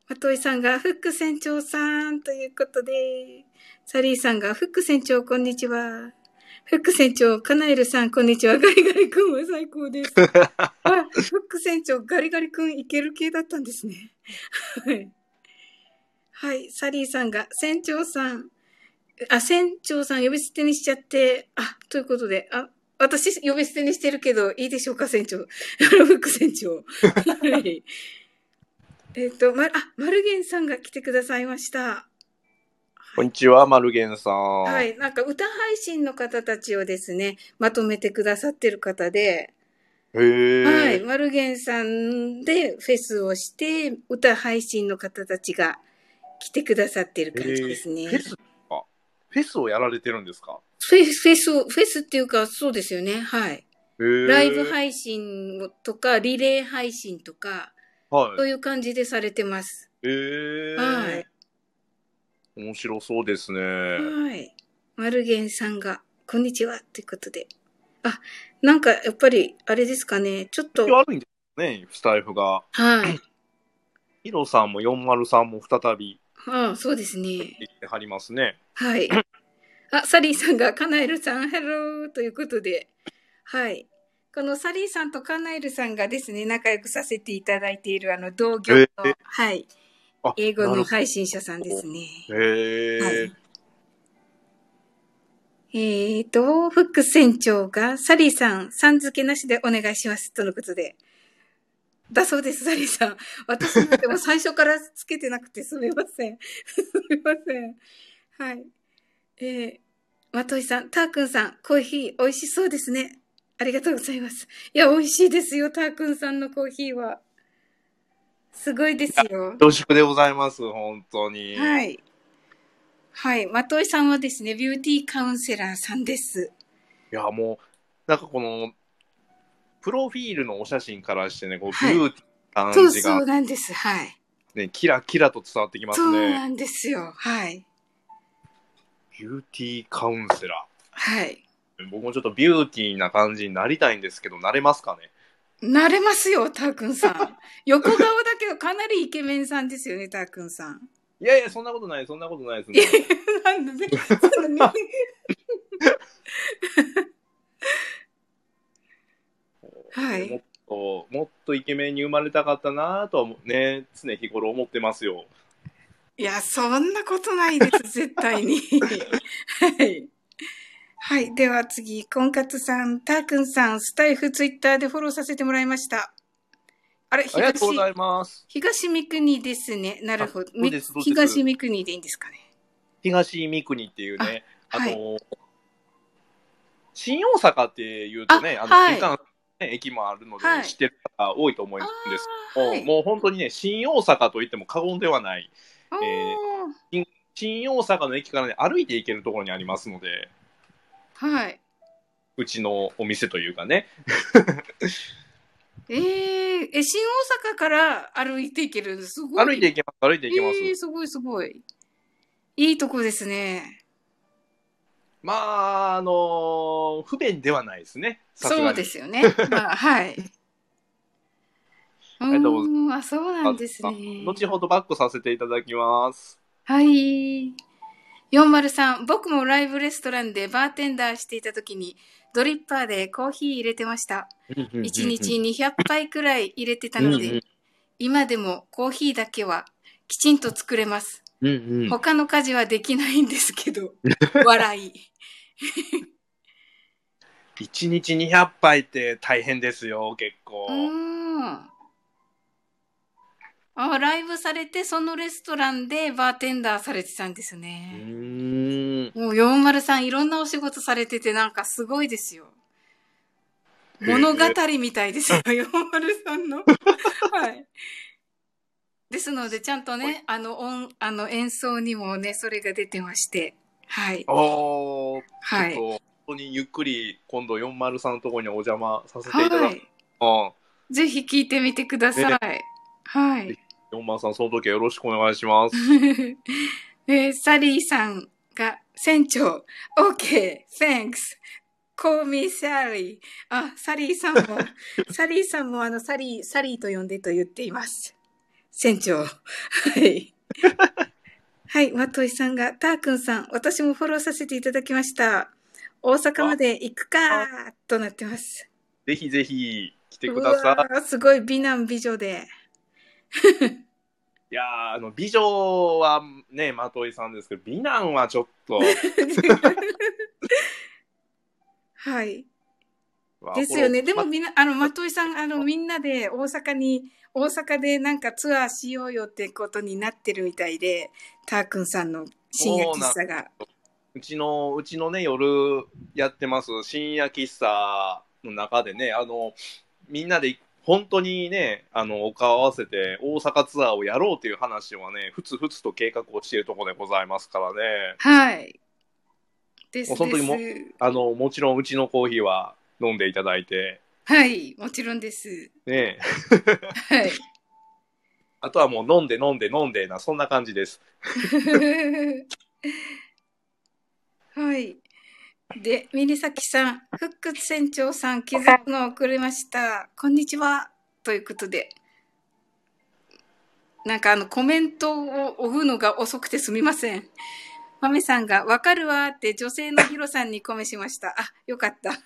S1: まといさんが、フック船長さんということで、サリーさんが、フック船長こんにちは。フック船長、カナエルさんこんにちは。ガリガリ君は最高です。あフック船長、ガリガリ君いける系だったんですね。はい。はい、サリーさんが、船長さん、あ、船長さん呼び捨てにしちゃって、あ、ということで、あ、私呼び捨てにしてるけど、いいでしょうか、船長。副船長。 はい。えっと、ま、あ、マルゲンさんが来てくださいました。
S2: こんにちは、マルゲンさん。
S1: はい。なんか歌配信の方たちをですね、まとめてくださってる方で、
S2: へえ。
S1: はい。マルゲンさんでフェスをして、歌配信の方たちが来てくださってる感じですね。
S2: フェスか。フェスをやられてるんですか。
S1: フェス、フェスを、フェスっていうか、そうですよね。はい。ラ
S2: ラ
S1: イブ配信をとか、リレー配信とか、そ
S2: は
S1: う
S2: い。
S1: いう感じでされてます。
S2: へえ。
S1: はい。
S2: 面白そうですね。
S1: はい。マルゲンさんが、こんにちは、ということで。あ、なんか、やっぱり、あれですかね、ちょっと、
S2: 悪いんですね、スタイフが。
S1: はい。
S2: ヒロさんも403も再び
S1: あそうですね。
S2: 言ってはりますね。
S1: はい。あ、サリーさんが、カナエルさん、ハローということで、はい。このサリーさんとカナエルさんがですね、仲良くさせていただいている、あの、同業の、
S2: えー
S1: はい、
S2: あ
S1: 英語
S2: な
S1: の
S2: るほ
S1: 配信者さんですね。
S2: どへえ、
S1: はいえーと、フック船長が、サリーさん、さん付けなしでお願いします、とのことで。だそうです、サリーさん。私なんてもう最初からつけてなくてすみません。すみません。はい。えー、まといさん、たーくんさん、コーヒー美味しそうですね。ありがとうございます。いや、美味しいですよ、たーくんさんのコーヒーは。すごいですよ。
S2: 恐縮でございます、本当に。
S1: はい。はい。まといさんはですね、ビューティーカウンセラーさんです。
S2: いや、もう、なんかこの、プロフィールのお写真からしてね、こう、
S1: はい
S2: ビューティーな
S1: そ
S2: 感
S1: う
S2: じ
S1: そう
S2: が、
S1: なんです。はい。
S2: ね、キラキラと伝わってきま
S1: そ
S2: す
S1: う
S2: ね。
S1: なんですよ。はい。
S2: ビューティーカウンセラ
S1: はい。
S2: ー。僕もちょっとビューティーな感じになりたいんですけど、なれますかね
S1: 慣れますよ、たーくんさ ん。横顔だけどかなりイケメンさんですよね、たーくんさん。
S2: いやいや、そんなことない、そんなことないです
S1: いや
S2: ね。
S1: なんでね。そん なね は
S2: もっ
S1: い。
S2: と、もっとイケメンに生まれたかったなぁとはね、常日頃思ってますよ。
S1: いや、そんなことないです、絶対に。はい。はい。では次、婚活さん、たーくんさん、スタイフツイッターでフォローさせてもらいました。あれ、
S2: ありがとうご
S1: 東
S2: ざいます。
S1: 東三国ですね。なるほど。
S2: あそうですそうです
S1: 東三国でいいんですかね。
S2: 東三国っていうね、
S1: あ
S2: あ,、
S1: はい
S2: の、新大阪っていうとね、
S1: あ
S2: あの、
S1: はい
S2: 新幹線のね、駅もあるので、
S1: はい
S2: 知ってる方多いと思うんですけ
S1: あ
S2: ど
S1: ーは
S2: も、
S1: い
S2: もう本当にね、新大阪と言っても過言ではない、
S1: あー
S2: 新大阪の駅からね、歩いて行けるところにありますので、
S1: はい。
S2: うちのお店というかね、
S1: えー、え、新大阪から歩いていけるんです。すごい。
S2: 歩いて行けます、歩いて行けます。
S1: えー、すごいすごい。いいとこですね。
S2: まあ、あの不便ではないですね、さすがに
S1: そうですよね。まあ、はい。 う
S2: がとうござい
S1: ーん、あ、そうなんですね。
S2: 後ほどバックさせていただきます。
S1: はい。403、僕もライブレストランでバーテンダーしていた時に、ドリッパーでコーヒー入れてました。1日200杯くらい入れてたの
S2: うんう
S1: で
S2: ん、
S1: 今でもコーヒーだけはきちんと作れます。
S2: うんうん
S1: 他の家事はできないんですけど、笑い。
S2: 1日200杯って大変ですよ、結構
S1: う。ーん。あ、ライブされて、そのレストランでバーテンダーされてたんです
S2: う
S1: ね。
S2: ーん。
S1: もう403いろんなお仕事されててなんかすごいですよ。
S2: へえ
S1: 物語みたいですよ、403の。 はい。ですので、ちゃんとね、あの、音、あの、演奏にもね、それが出てまして。はい。
S2: おー、
S1: はい
S2: ち。ょっと、本当にゆっくり、今度403のところにお邪魔させていただ
S1: は
S2: く。
S1: い。
S2: うん
S1: ぜひ聞いてみてください。はい。
S2: 403さん、その時はよろしくお願いします。
S1: えーサリーさんが、船長、OK, thanks, call me Sally. あ、サリーさん も、サリーさんもあの、サリー、サリーと呼んでと言っています。船長。は い。はい、まといさんが、たーくんさん、私もフォローさせていただきました。大阪まで行くか、となってます。
S2: ぜひぜひ、来て
S1: う
S2: くださ
S1: わーすごい美男美女 で。
S2: い。いやーあの、美女はね、まといさんですけど、美男はちょっ と、
S1: はい。
S2: わ
S1: ですよね。
S2: こ
S1: で
S2: れ
S1: もみんな、あの、まといさん、あの、みんなで大阪に、大阪でなんかツアーしようよってことになってるみたいで、たーくんさんの深夜喫茶が。
S2: うちの、うちのね、夜やってます、深夜喫茶の中でね、あの、みんなで、本当にね、あの、お顔合わせて、大阪ツアーをやろうという話はね、ふつふつと計画をしているところでございますからね。
S1: はい。です
S2: もう本当にも
S1: です。
S2: あの、もちろんうちのコーヒーは飲んでいただいて、
S1: はい。もちろんです。
S2: ね、
S1: はい。
S2: あとはもう飲んで飲んで飲んでな、そんな感じです。
S1: はい。で、ミリサキさん、フック船長さん、気づくのを遅れました。こんにちは。ということで。なんかあの、コメントを追うのが遅くてすみません。マメさんが、わかるわーって女性のヒロさんにコメしました。あ、よかった。よ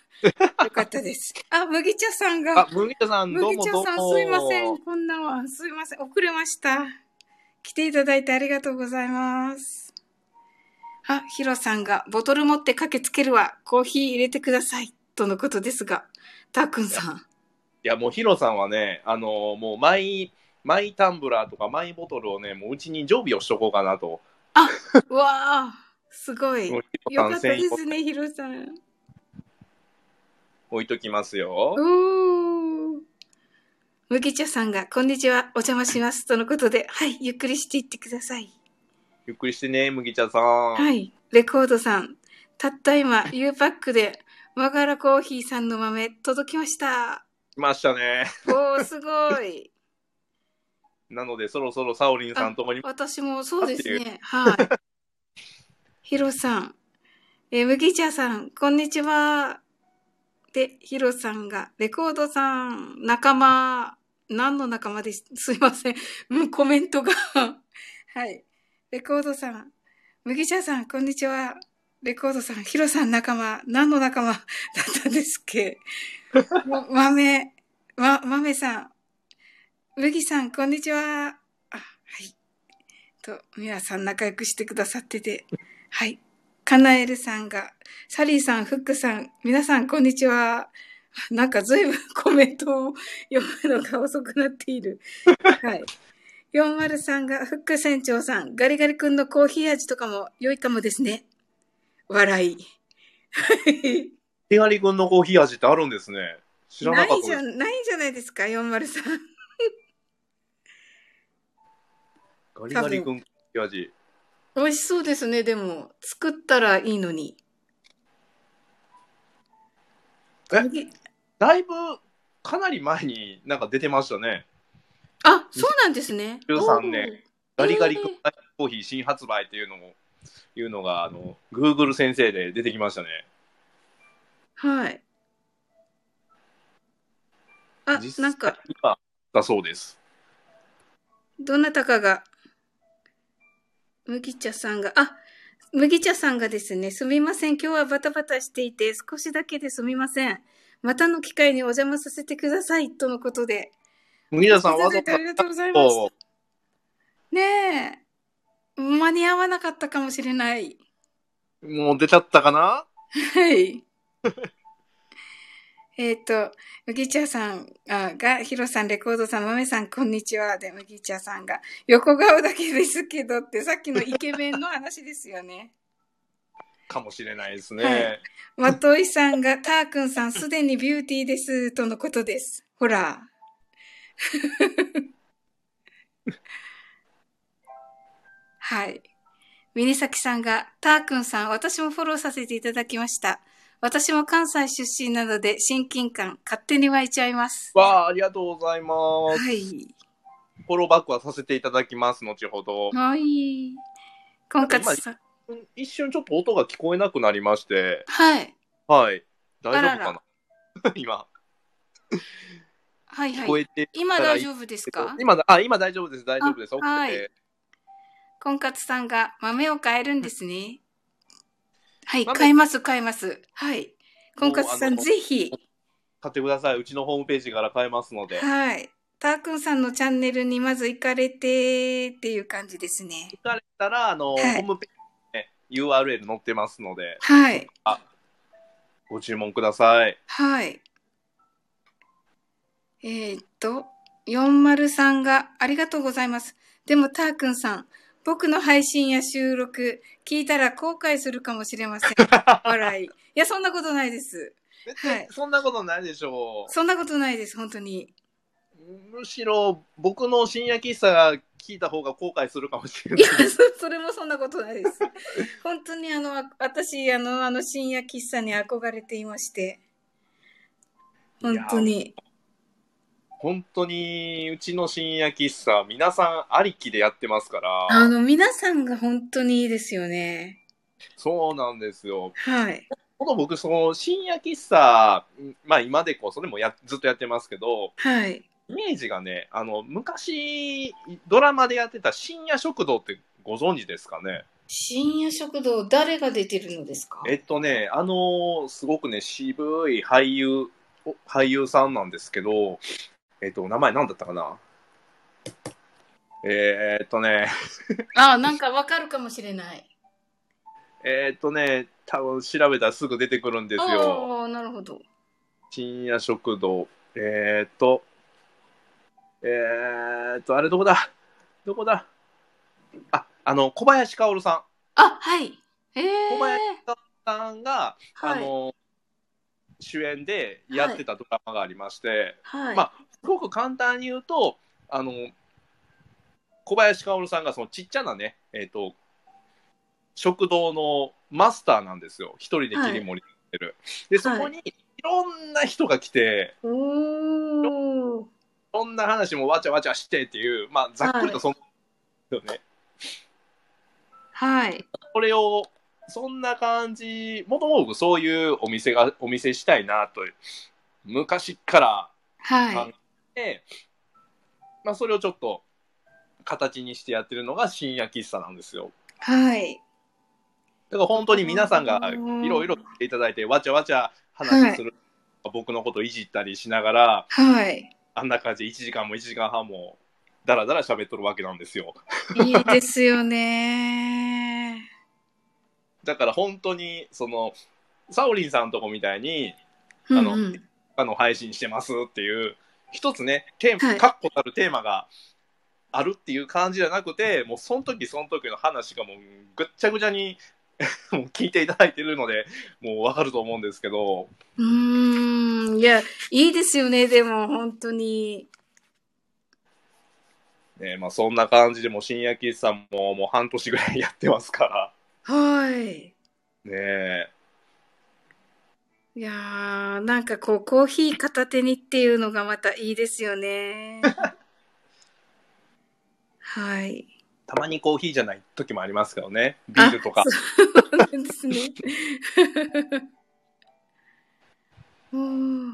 S1: かったです。あ、麦茶さんが
S2: あ、、麦茶さん、どう
S1: 麦
S2: も
S1: 茶
S2: どう
S1: さん
S2: も。
S1: すいません。こんなは、すいません。遅れました。来ていただいてありがとうございます。あ、ヒロさんが、ボトル持って駆けつけるわ。コーヒー入れてください。とのことですが、たーくんさん。
S2: いや、もうヒロさんはね、あのもうマイ、マイタンブラーとかマイボトルをね、もううちに常備をしとこうかなと。
S1: うわあ、すごい。
S2: も
S1: よ
S2: うヒロ
S1: か
S2: さん
S1: ったで
S2: 専用
S1: すね、ヒロさん。
S2: 置いときますよ。
S1: おー。麦茶さんが、こんにちは、お邪魔します。とのことで、はい、ゆっくりしていってください。
S2: ゆっくりしてね、麦茶さん。
S1: はい。レコードさん、たった今、U パックで、マガラコーヒーさんの豆、届きました。
S2: 来ましたね。
S1: おー、すごい。
S2: なので、そろそろサオリンさんともに。
S1: 私もそうですね。はい。 ヒロさん、えー、麦茶さん、こんにちは。で、ヒロさんが、レコードさん、仲間、何の仲間です、すいません。うん、 コメントが。はい。レコードさん、麦茶さん、こんにちは。レコードさん、ヒロさん仲間、何の仲間だ ったんですっけも豆、ま、豆さん、麦さん、こんにちは。あ、はい。と、皆さん仲良くしてくださってて。はい。カナエルさんが、サリーさん、フックさん、皆さん、こんにちは。なんか随分コメントを読むのが遅くなっている。はい。40さんが、フック船長さん、ガリガリ君のコーヒー味とかも良いかもですね。笑い。はい
S2: ティガリ君のコーヒー味ってあるんですね。知らな
S1: な
S2: かっ
S1: い
S2: た
S1: じ
S2: で
S1: ゃ
S2: す。
S1: ん、ないじゃないですか、40さん。
S2: ガリガリ君コーヒー味。
S1: 美味しそうですね、でも。作ったらいいのに。
S2: えだいぶ、かなり前になんか出てましたね。
S1: あ、そうなんですね。
S2: 13年
S1: おー。
S2: ガリガリ君コーヒー新発売っていうのも、いうのが、あの、Google 先生で出てきましたね。
S1: はい。あ、
S2: 実際
S1: なんか、
S2: 今、だそうです。
S1: どなたかが、麦茶さんが、あ、麦茶さんがですね、すみません、今日はバタバタしていて、少しだけですみません。またの機会にお邪魔させてください、とのことで。
S2: 麦
S1: い
S2: 田さん、
S1: ただ
S2: わざわ
S1: いてありがとうございま
S2: ざ
S1: す。ねえ、間に合わなかったかもしれない。
S2: もう出ちゃったかな
S1: はい。えっと、麦茶さんあが、ヒロさん、レコードさん、豆さん、こんにちは。で、麦茶さんが、横顔だけですけどって、さっきのイケメンの話ですよね。
S2: かもしれないですね。
S1: はいまといさんが、たーくんさん、すでにビューティーです、とのことです。ほら。はい。ミニサキさんが、たーくんさん、私もフォローさせていただきました。私も関西出身なので、親近感、勝手に湧いちゃいます。は
S2: わあ、ありがとうございます。
S1: い。
S2: フォローバックはさせていただきます、後ほど。
S1: はい。婚活さん。
S2: 一瞬ちょっと音が聞こえなくなりまして、
S1: はい。
S2: はい。大丈夫かな
S1: あ
S2: 今、
S1: はい
S2: 聞こ
S1: はい。
S2: えて
S1: 今大丈夫ですか
S2: 今だ、あ、今大丈夫です、大丈夫です。
S1: あ
S2: OK
S1: はい婚活さんが豆を買えるんですね。はい、
S2: 豆
S1: 買います、買います。はい。婚活さん、
S2: もうあの
S1: ぜひ。
S2: 買ってください。うちのホームページから買えますので。
S1: はい。たーくんさんのチャンネルにまず行かれてっていう感じですね。
S2: 行かれたら、あの、
S1: はい
S2: ホームページに、ね、URL 載ってますので、
S1: はい。
S2: ご注文ください。
S1: はい。えーっと、40さんがありがとうございます。でも、たーくんさん、僕の配信や収録、聞いたら後悔するかもしれません。笑い。いや、そんなことないです。
S2: 絶
S1: はい
S2: 対そんなことないでしょう。
S1: そんなことないです、本当に。
S2: むしろ僕の深夜喫茶が聞いた方が後悔するかもしれ
S1: い
S2: ない
S1: や。そ、 それもそんなことないです。本当にあの、あ私、あの、あの深夜喫茶に憧れていまして。本当に。
S2: 本当にうちの深夜喫茶皆さんありきでやってますから
S1: あの、皆さんが本当にいいですよね。
S2: そうなんですよ。
S1: はい。
S2: ほと僕、その深夜喫茶、うんまあ今でこそでもやずっとやってますけど、
S1: はい。
S2: イメージがね、あの、昔、ドラマでやってた深夜食堂ってご存知ですかね
S1: 深夜食堂、誰が出てるのですか
S2: えっとね、あのーすごくね、渋い俳優、お俳優さんなんですけど、えっと、名前何だったかなえーっとね、
S1: あ、なんかわかるかもしれない。
S2: えーっとね、多分調べたらすぐ出てくるんですよ。
S1: ああ、なるほど。
S2: 深夜食堂。えーっと、えーっと、あれどこだどこだあ、あの、小林薫さ
S1: あ、はい。ええ
S2: 小林んさんが、
S1: はい
S2: あの、主演でやってたドラマがありまして、
S1: はい。
S2: まあすごく簡単に言うと、あの、小林薫さんがそのちっちゃなね、えっ、と、食堂のマスターなんですよ。一人で切り盛りしてる。で、そこにいろんな人が来て、
S1: おお。
S2: いろんな話もわちゃわちゃしてっていう、まあ、ざっくりとそんな、よね。
S1: はい。
S2: これを、そんな感じ、もともと僕そういうお店が、お店したいなと、昔から
S1: は
S2: 考
S1: い。
S2: えて、まあ、それをちょっと形にしてやってるのが深夜喫茶なんですよ。
S1: はい。
S2: だから本当に皆さんが
S1: うん
S2: いろいろ来ていただいて、わちゃわちゃ話する、僕のこといじったりしながら、
S1: はい。
S2: あんな感じで1時間も1時間半も、だらだら喋っとるわけなんですよ。
S1: いいですよね。
S2: だから本当に、その、サオリンさんとこみたいに、
S1: うん
S2: あの
S1: うん
S2: あの、配信してますっていう、一つね、テー
S1: はい
S2: マ、確固たるテーマがあるっていう感じじゃなくて、もうその時その時の話がもうぐっちゃぐちゃに もう聞いていただいてるので、もうわかると思うんですけど、
S1: うーん。いや、いいですよね、でも、本当に。
S2: ねまあ、そんな感じでもう深夜喫茶ももう半年ぐらいやってますか
S1: はい。
S2: ら、ねえ
S1: いやー、なんかこう、コーヒー片手にっていうのがまたいいですよ ね。はい。
S2: たまにコーヒーじゃない時もありますけどね、ビールとか。
S1: そうなんです ね。おー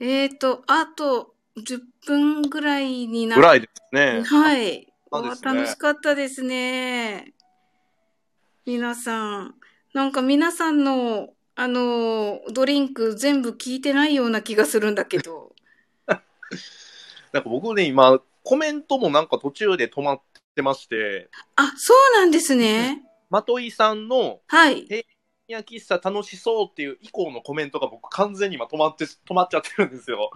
S1: えっ、ー、と、あと10分ぐらいにな
S2: ぐらいですね。
S1: はい。
S2: そうで
S1: わあ
S2: すね
S1: 楽しかったですね。皆さん。なんか皆さんの、あの、ドリンク全部聞いてないような気がするんだけど。
S2: なんか僕ね、今、コメントもなんか途中で止まってまして、
S1: あ、そうなんですね。
S2: まといさんの
S1: はい。
S2: 深夜喫茶楽しそうっていう以降のコメントが僕完全に今止まって止まっちゃってるんですよ。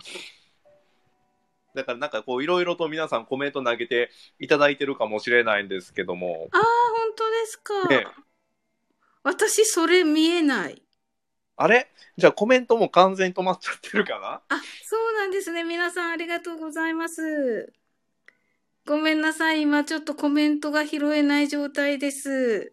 S2: だからなんかこういろいろと皆さんコメント投げていただいてるかもしれないんですけども。
S1: あ、本当ですか。
S2: ね
S1: 私、それ見えない。
S2: あれじゃあコメントも完全に止まっちゃってるかな
S1: あ、そうなんですね。皆さんありがとうございます。ごめんなさい。今ちょっとコメントが拾えない状態です。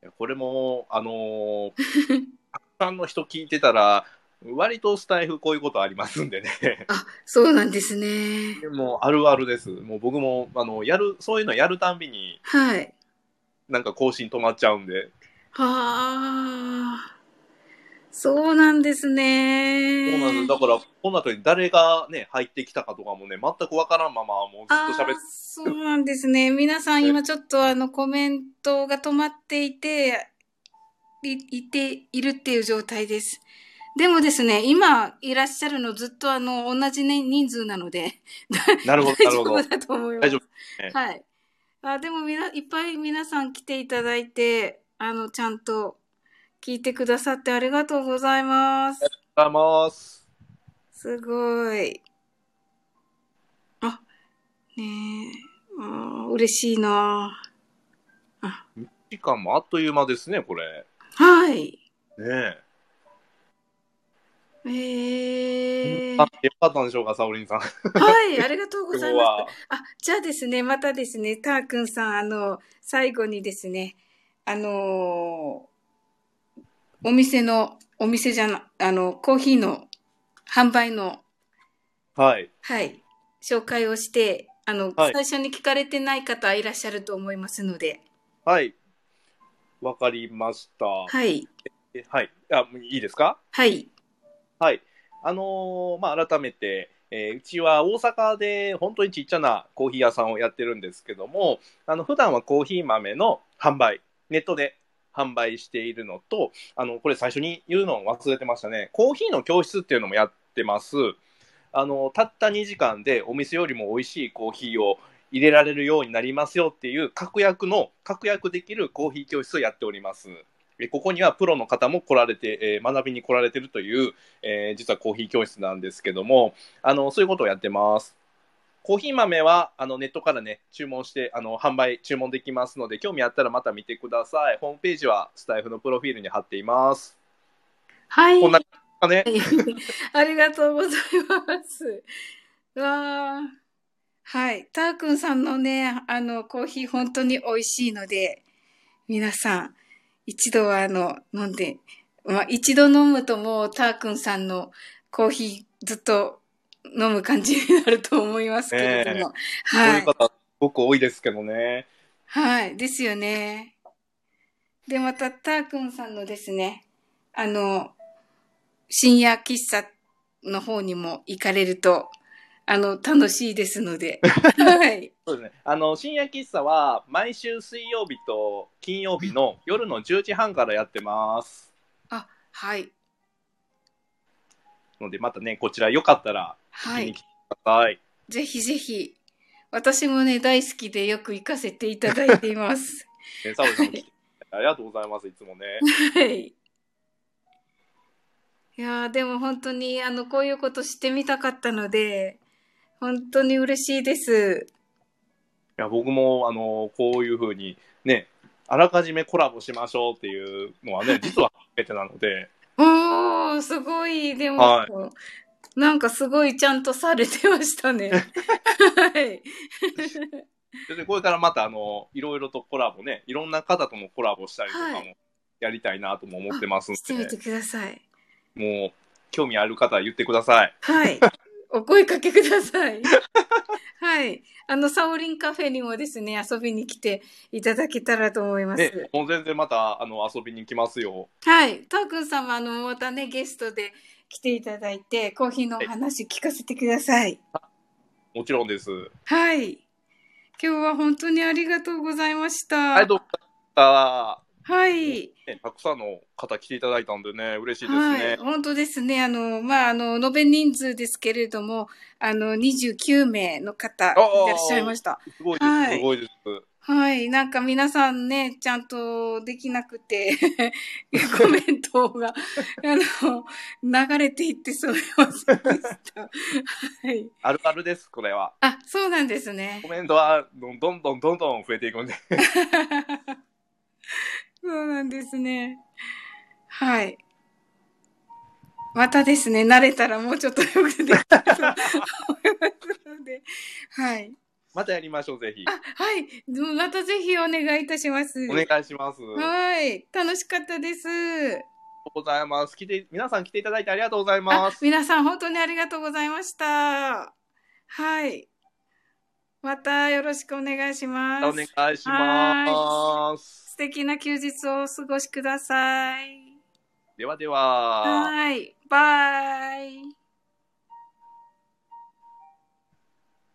S2: いやこれも、あのーたくさんの人聞いてたら、割とスタイフこういうことありますん でね。
S1: あ、そうなんですね。
S2: でもあるあるです。もう僕も、あの、やる、そういうのやるたんびに
S1: はい。
S2: なんか更新止まっちゃうんで。
S1: はあ。そうなんですね。
S2: そうなんです。だから、この後に誰がね、入ってきたかとかもね、全くわからんまま、もうずっと
S1: あ
S2: 喋っ
S1: ーそうなんですね。皆さん
S2: ね
S1: 今ちょっとあのコメントが止まっていて、いいているっていう状態です。でもですね、今いらっしゃるのずっとあの同じ、ね、人数なので、
S2: て。なるほ ど、
S1: 大
S2: なる
S1: 丈
S2: ほど。
S1: 夫だと思います。
S2: 大丈夫ね
S1: はい。あ、でもみな、いっぱい皆さん来ていただいて、あの、ちゃんと聞いてくださってありがとうございます。
S2: ありがとうございます。
S1: すごい。あ、ねえ、うん嬉しいな
S2: 時間もあっという間ですね、これ。
S1: はい。
S2: ね
S1: えー、
S2: え。あ
S1: は、
S2: よかったんでしょうか、サオリンさん。
S1: い、ありがとうご
S2: 今
S1: ざ
S2: 日
S1: います。
S2: は。
S1: あ、じゃあですね、またですね、たーくんさん、あの、最後にですね、あのーお店の、お店じゃな、あの、コーヒーの販売の、
S2: はい。
S1: はい、紹介をして、あの、
S2: はい
S1: 最初に聞かれてない方いらっしゃると思いますので、
S2: はい。わかりました。は
S1: はい。
S2: い。はい、あもういいですか
S1: はい。
S2: はい。あのーまあ、改めて、えーうちは大阪で本当にちっちゃなコーヒー屋さんをやってるんですけども、あの、普段はコーヒー豆の販売、ネットで販売しているのと、あの、これ最初に言うのを忘れてましたね。コーヒーの教室っていうのもやってます。あの、たった2時間でお店よりも美味しいコーヒーを入れられるようになりますよっていう確約の、確約できるコーヒー教室をやっております。えここにはプロの方も来られて、えー学びに来られてるという、えー実はコーヒー教室なんですけども、あの、そういうことをやってます。コーヒー豆は、あの、ネットからね、注文して、あの、販売、注文できますので、興味あったらまた見てください。ホームページはスタイフのプロフィールに貼っています。
S1: はい。
S2: こんなあね、
S1: ありがとうございます。わあ。はい。たーくんさんのね、あの、コーヒー本当に美味しいので、皆さん、一度はあの、飲んで、まあ、一度飲むともうたーくんさんのコーヒーずっと飲む感じになると思いますけれども。
S2: そう
S1: はい
S2: いう。方、すごく多いですけどね。
S1: はい、ですよね。で、また、たーくんさんのですね、あの、深夜喫茶の方にも行かれると、あの、楽しいですの で。はい。
S2: そうですね。あの、深夜喫茶は、毎週水曜日と金曜日の夜の10時半からやってます。
S1: はい。
S2: ので、またね、こちらよかったら、
S1: は
S2: 見に
S1: い
S2: 来。てください。
S1: ぜひぜひ。私もね、大好きでよく行かせていただいてい ます。
S2: ね、サボさんも来ていただいてありがとうございます、いつもね。
S1: はい。いやー、でも本当に、あの、こういうことしてみたかったので、本当に嬉しいです。
S2: いや僕もあのこういうふうにねあらかじめコラボしましょうっていうの はね実は初めてなので
S1: おー、すごい。でも、
S2: は
S1: なんかすごいちゃんとされてましたね。はい。
S2: でこれからまたあのいろいろとコラボねいろんな方ともコラボしたりとか
S1: は
S2: もやりたいなとも思ってます
S1: して
S2: の
S1: み
S2: で、
S1: てください。
S2: もう興味ある方は言ってください。
S1: はい。お声かけください。はい。あの、サオリンカフェにもですね、遊びに来ていただけたらと思います。
S2: ね、もう全然またあの遊びに来ますよ。
S1: はい。たーくん様、あの、またね、ゲストで来ていただいて、コーヒーのお話聞かせてください。
S2: もちろんです。
S1: はい。今日は本当にありがとうございました。
S2: はい、どうだ
S1: はい。
S2: ね、たくさんの方来ていただいたんでね、嬉しいです
S1: は
S2: ね
S1: い、。本当ですね。あの、まあ、あの、延べ人数ですけれども、あの、29名の方いらっしゃいました。
S2: すごい
S1: はい
S2: です、すごいです。
S1: はい。なんか皆さんね、ちゃんとできなく て、コメントが、あの、流れていってすみませんでした。はい。
S2: あるあるです、これは。
S1: あ、そうなんですね
S2: コ。メントはどんどんどんどんどん増えていくんで。
S1: そうなんですね。はい。またですね、慣れたらもうちょっとよくできたと思いますので。はい。
S2: またやりましょう、ぜひ。
S1: あ、はい。でもまたぜひお願いいたします。
S2: お願いします。ありがと
S1: はい。楽しかったです。
S2: うございます。来て、皆さん来ていただいてありがとうござい
S1: あ
S2: ます。
S1: 皆さん本当にありがとうございました。はい。またよろしくお願いします。
S2: お願いします。
S1: 素敵な休日をお過ごしください。
S2: ではでは。
S1: はい。バイ。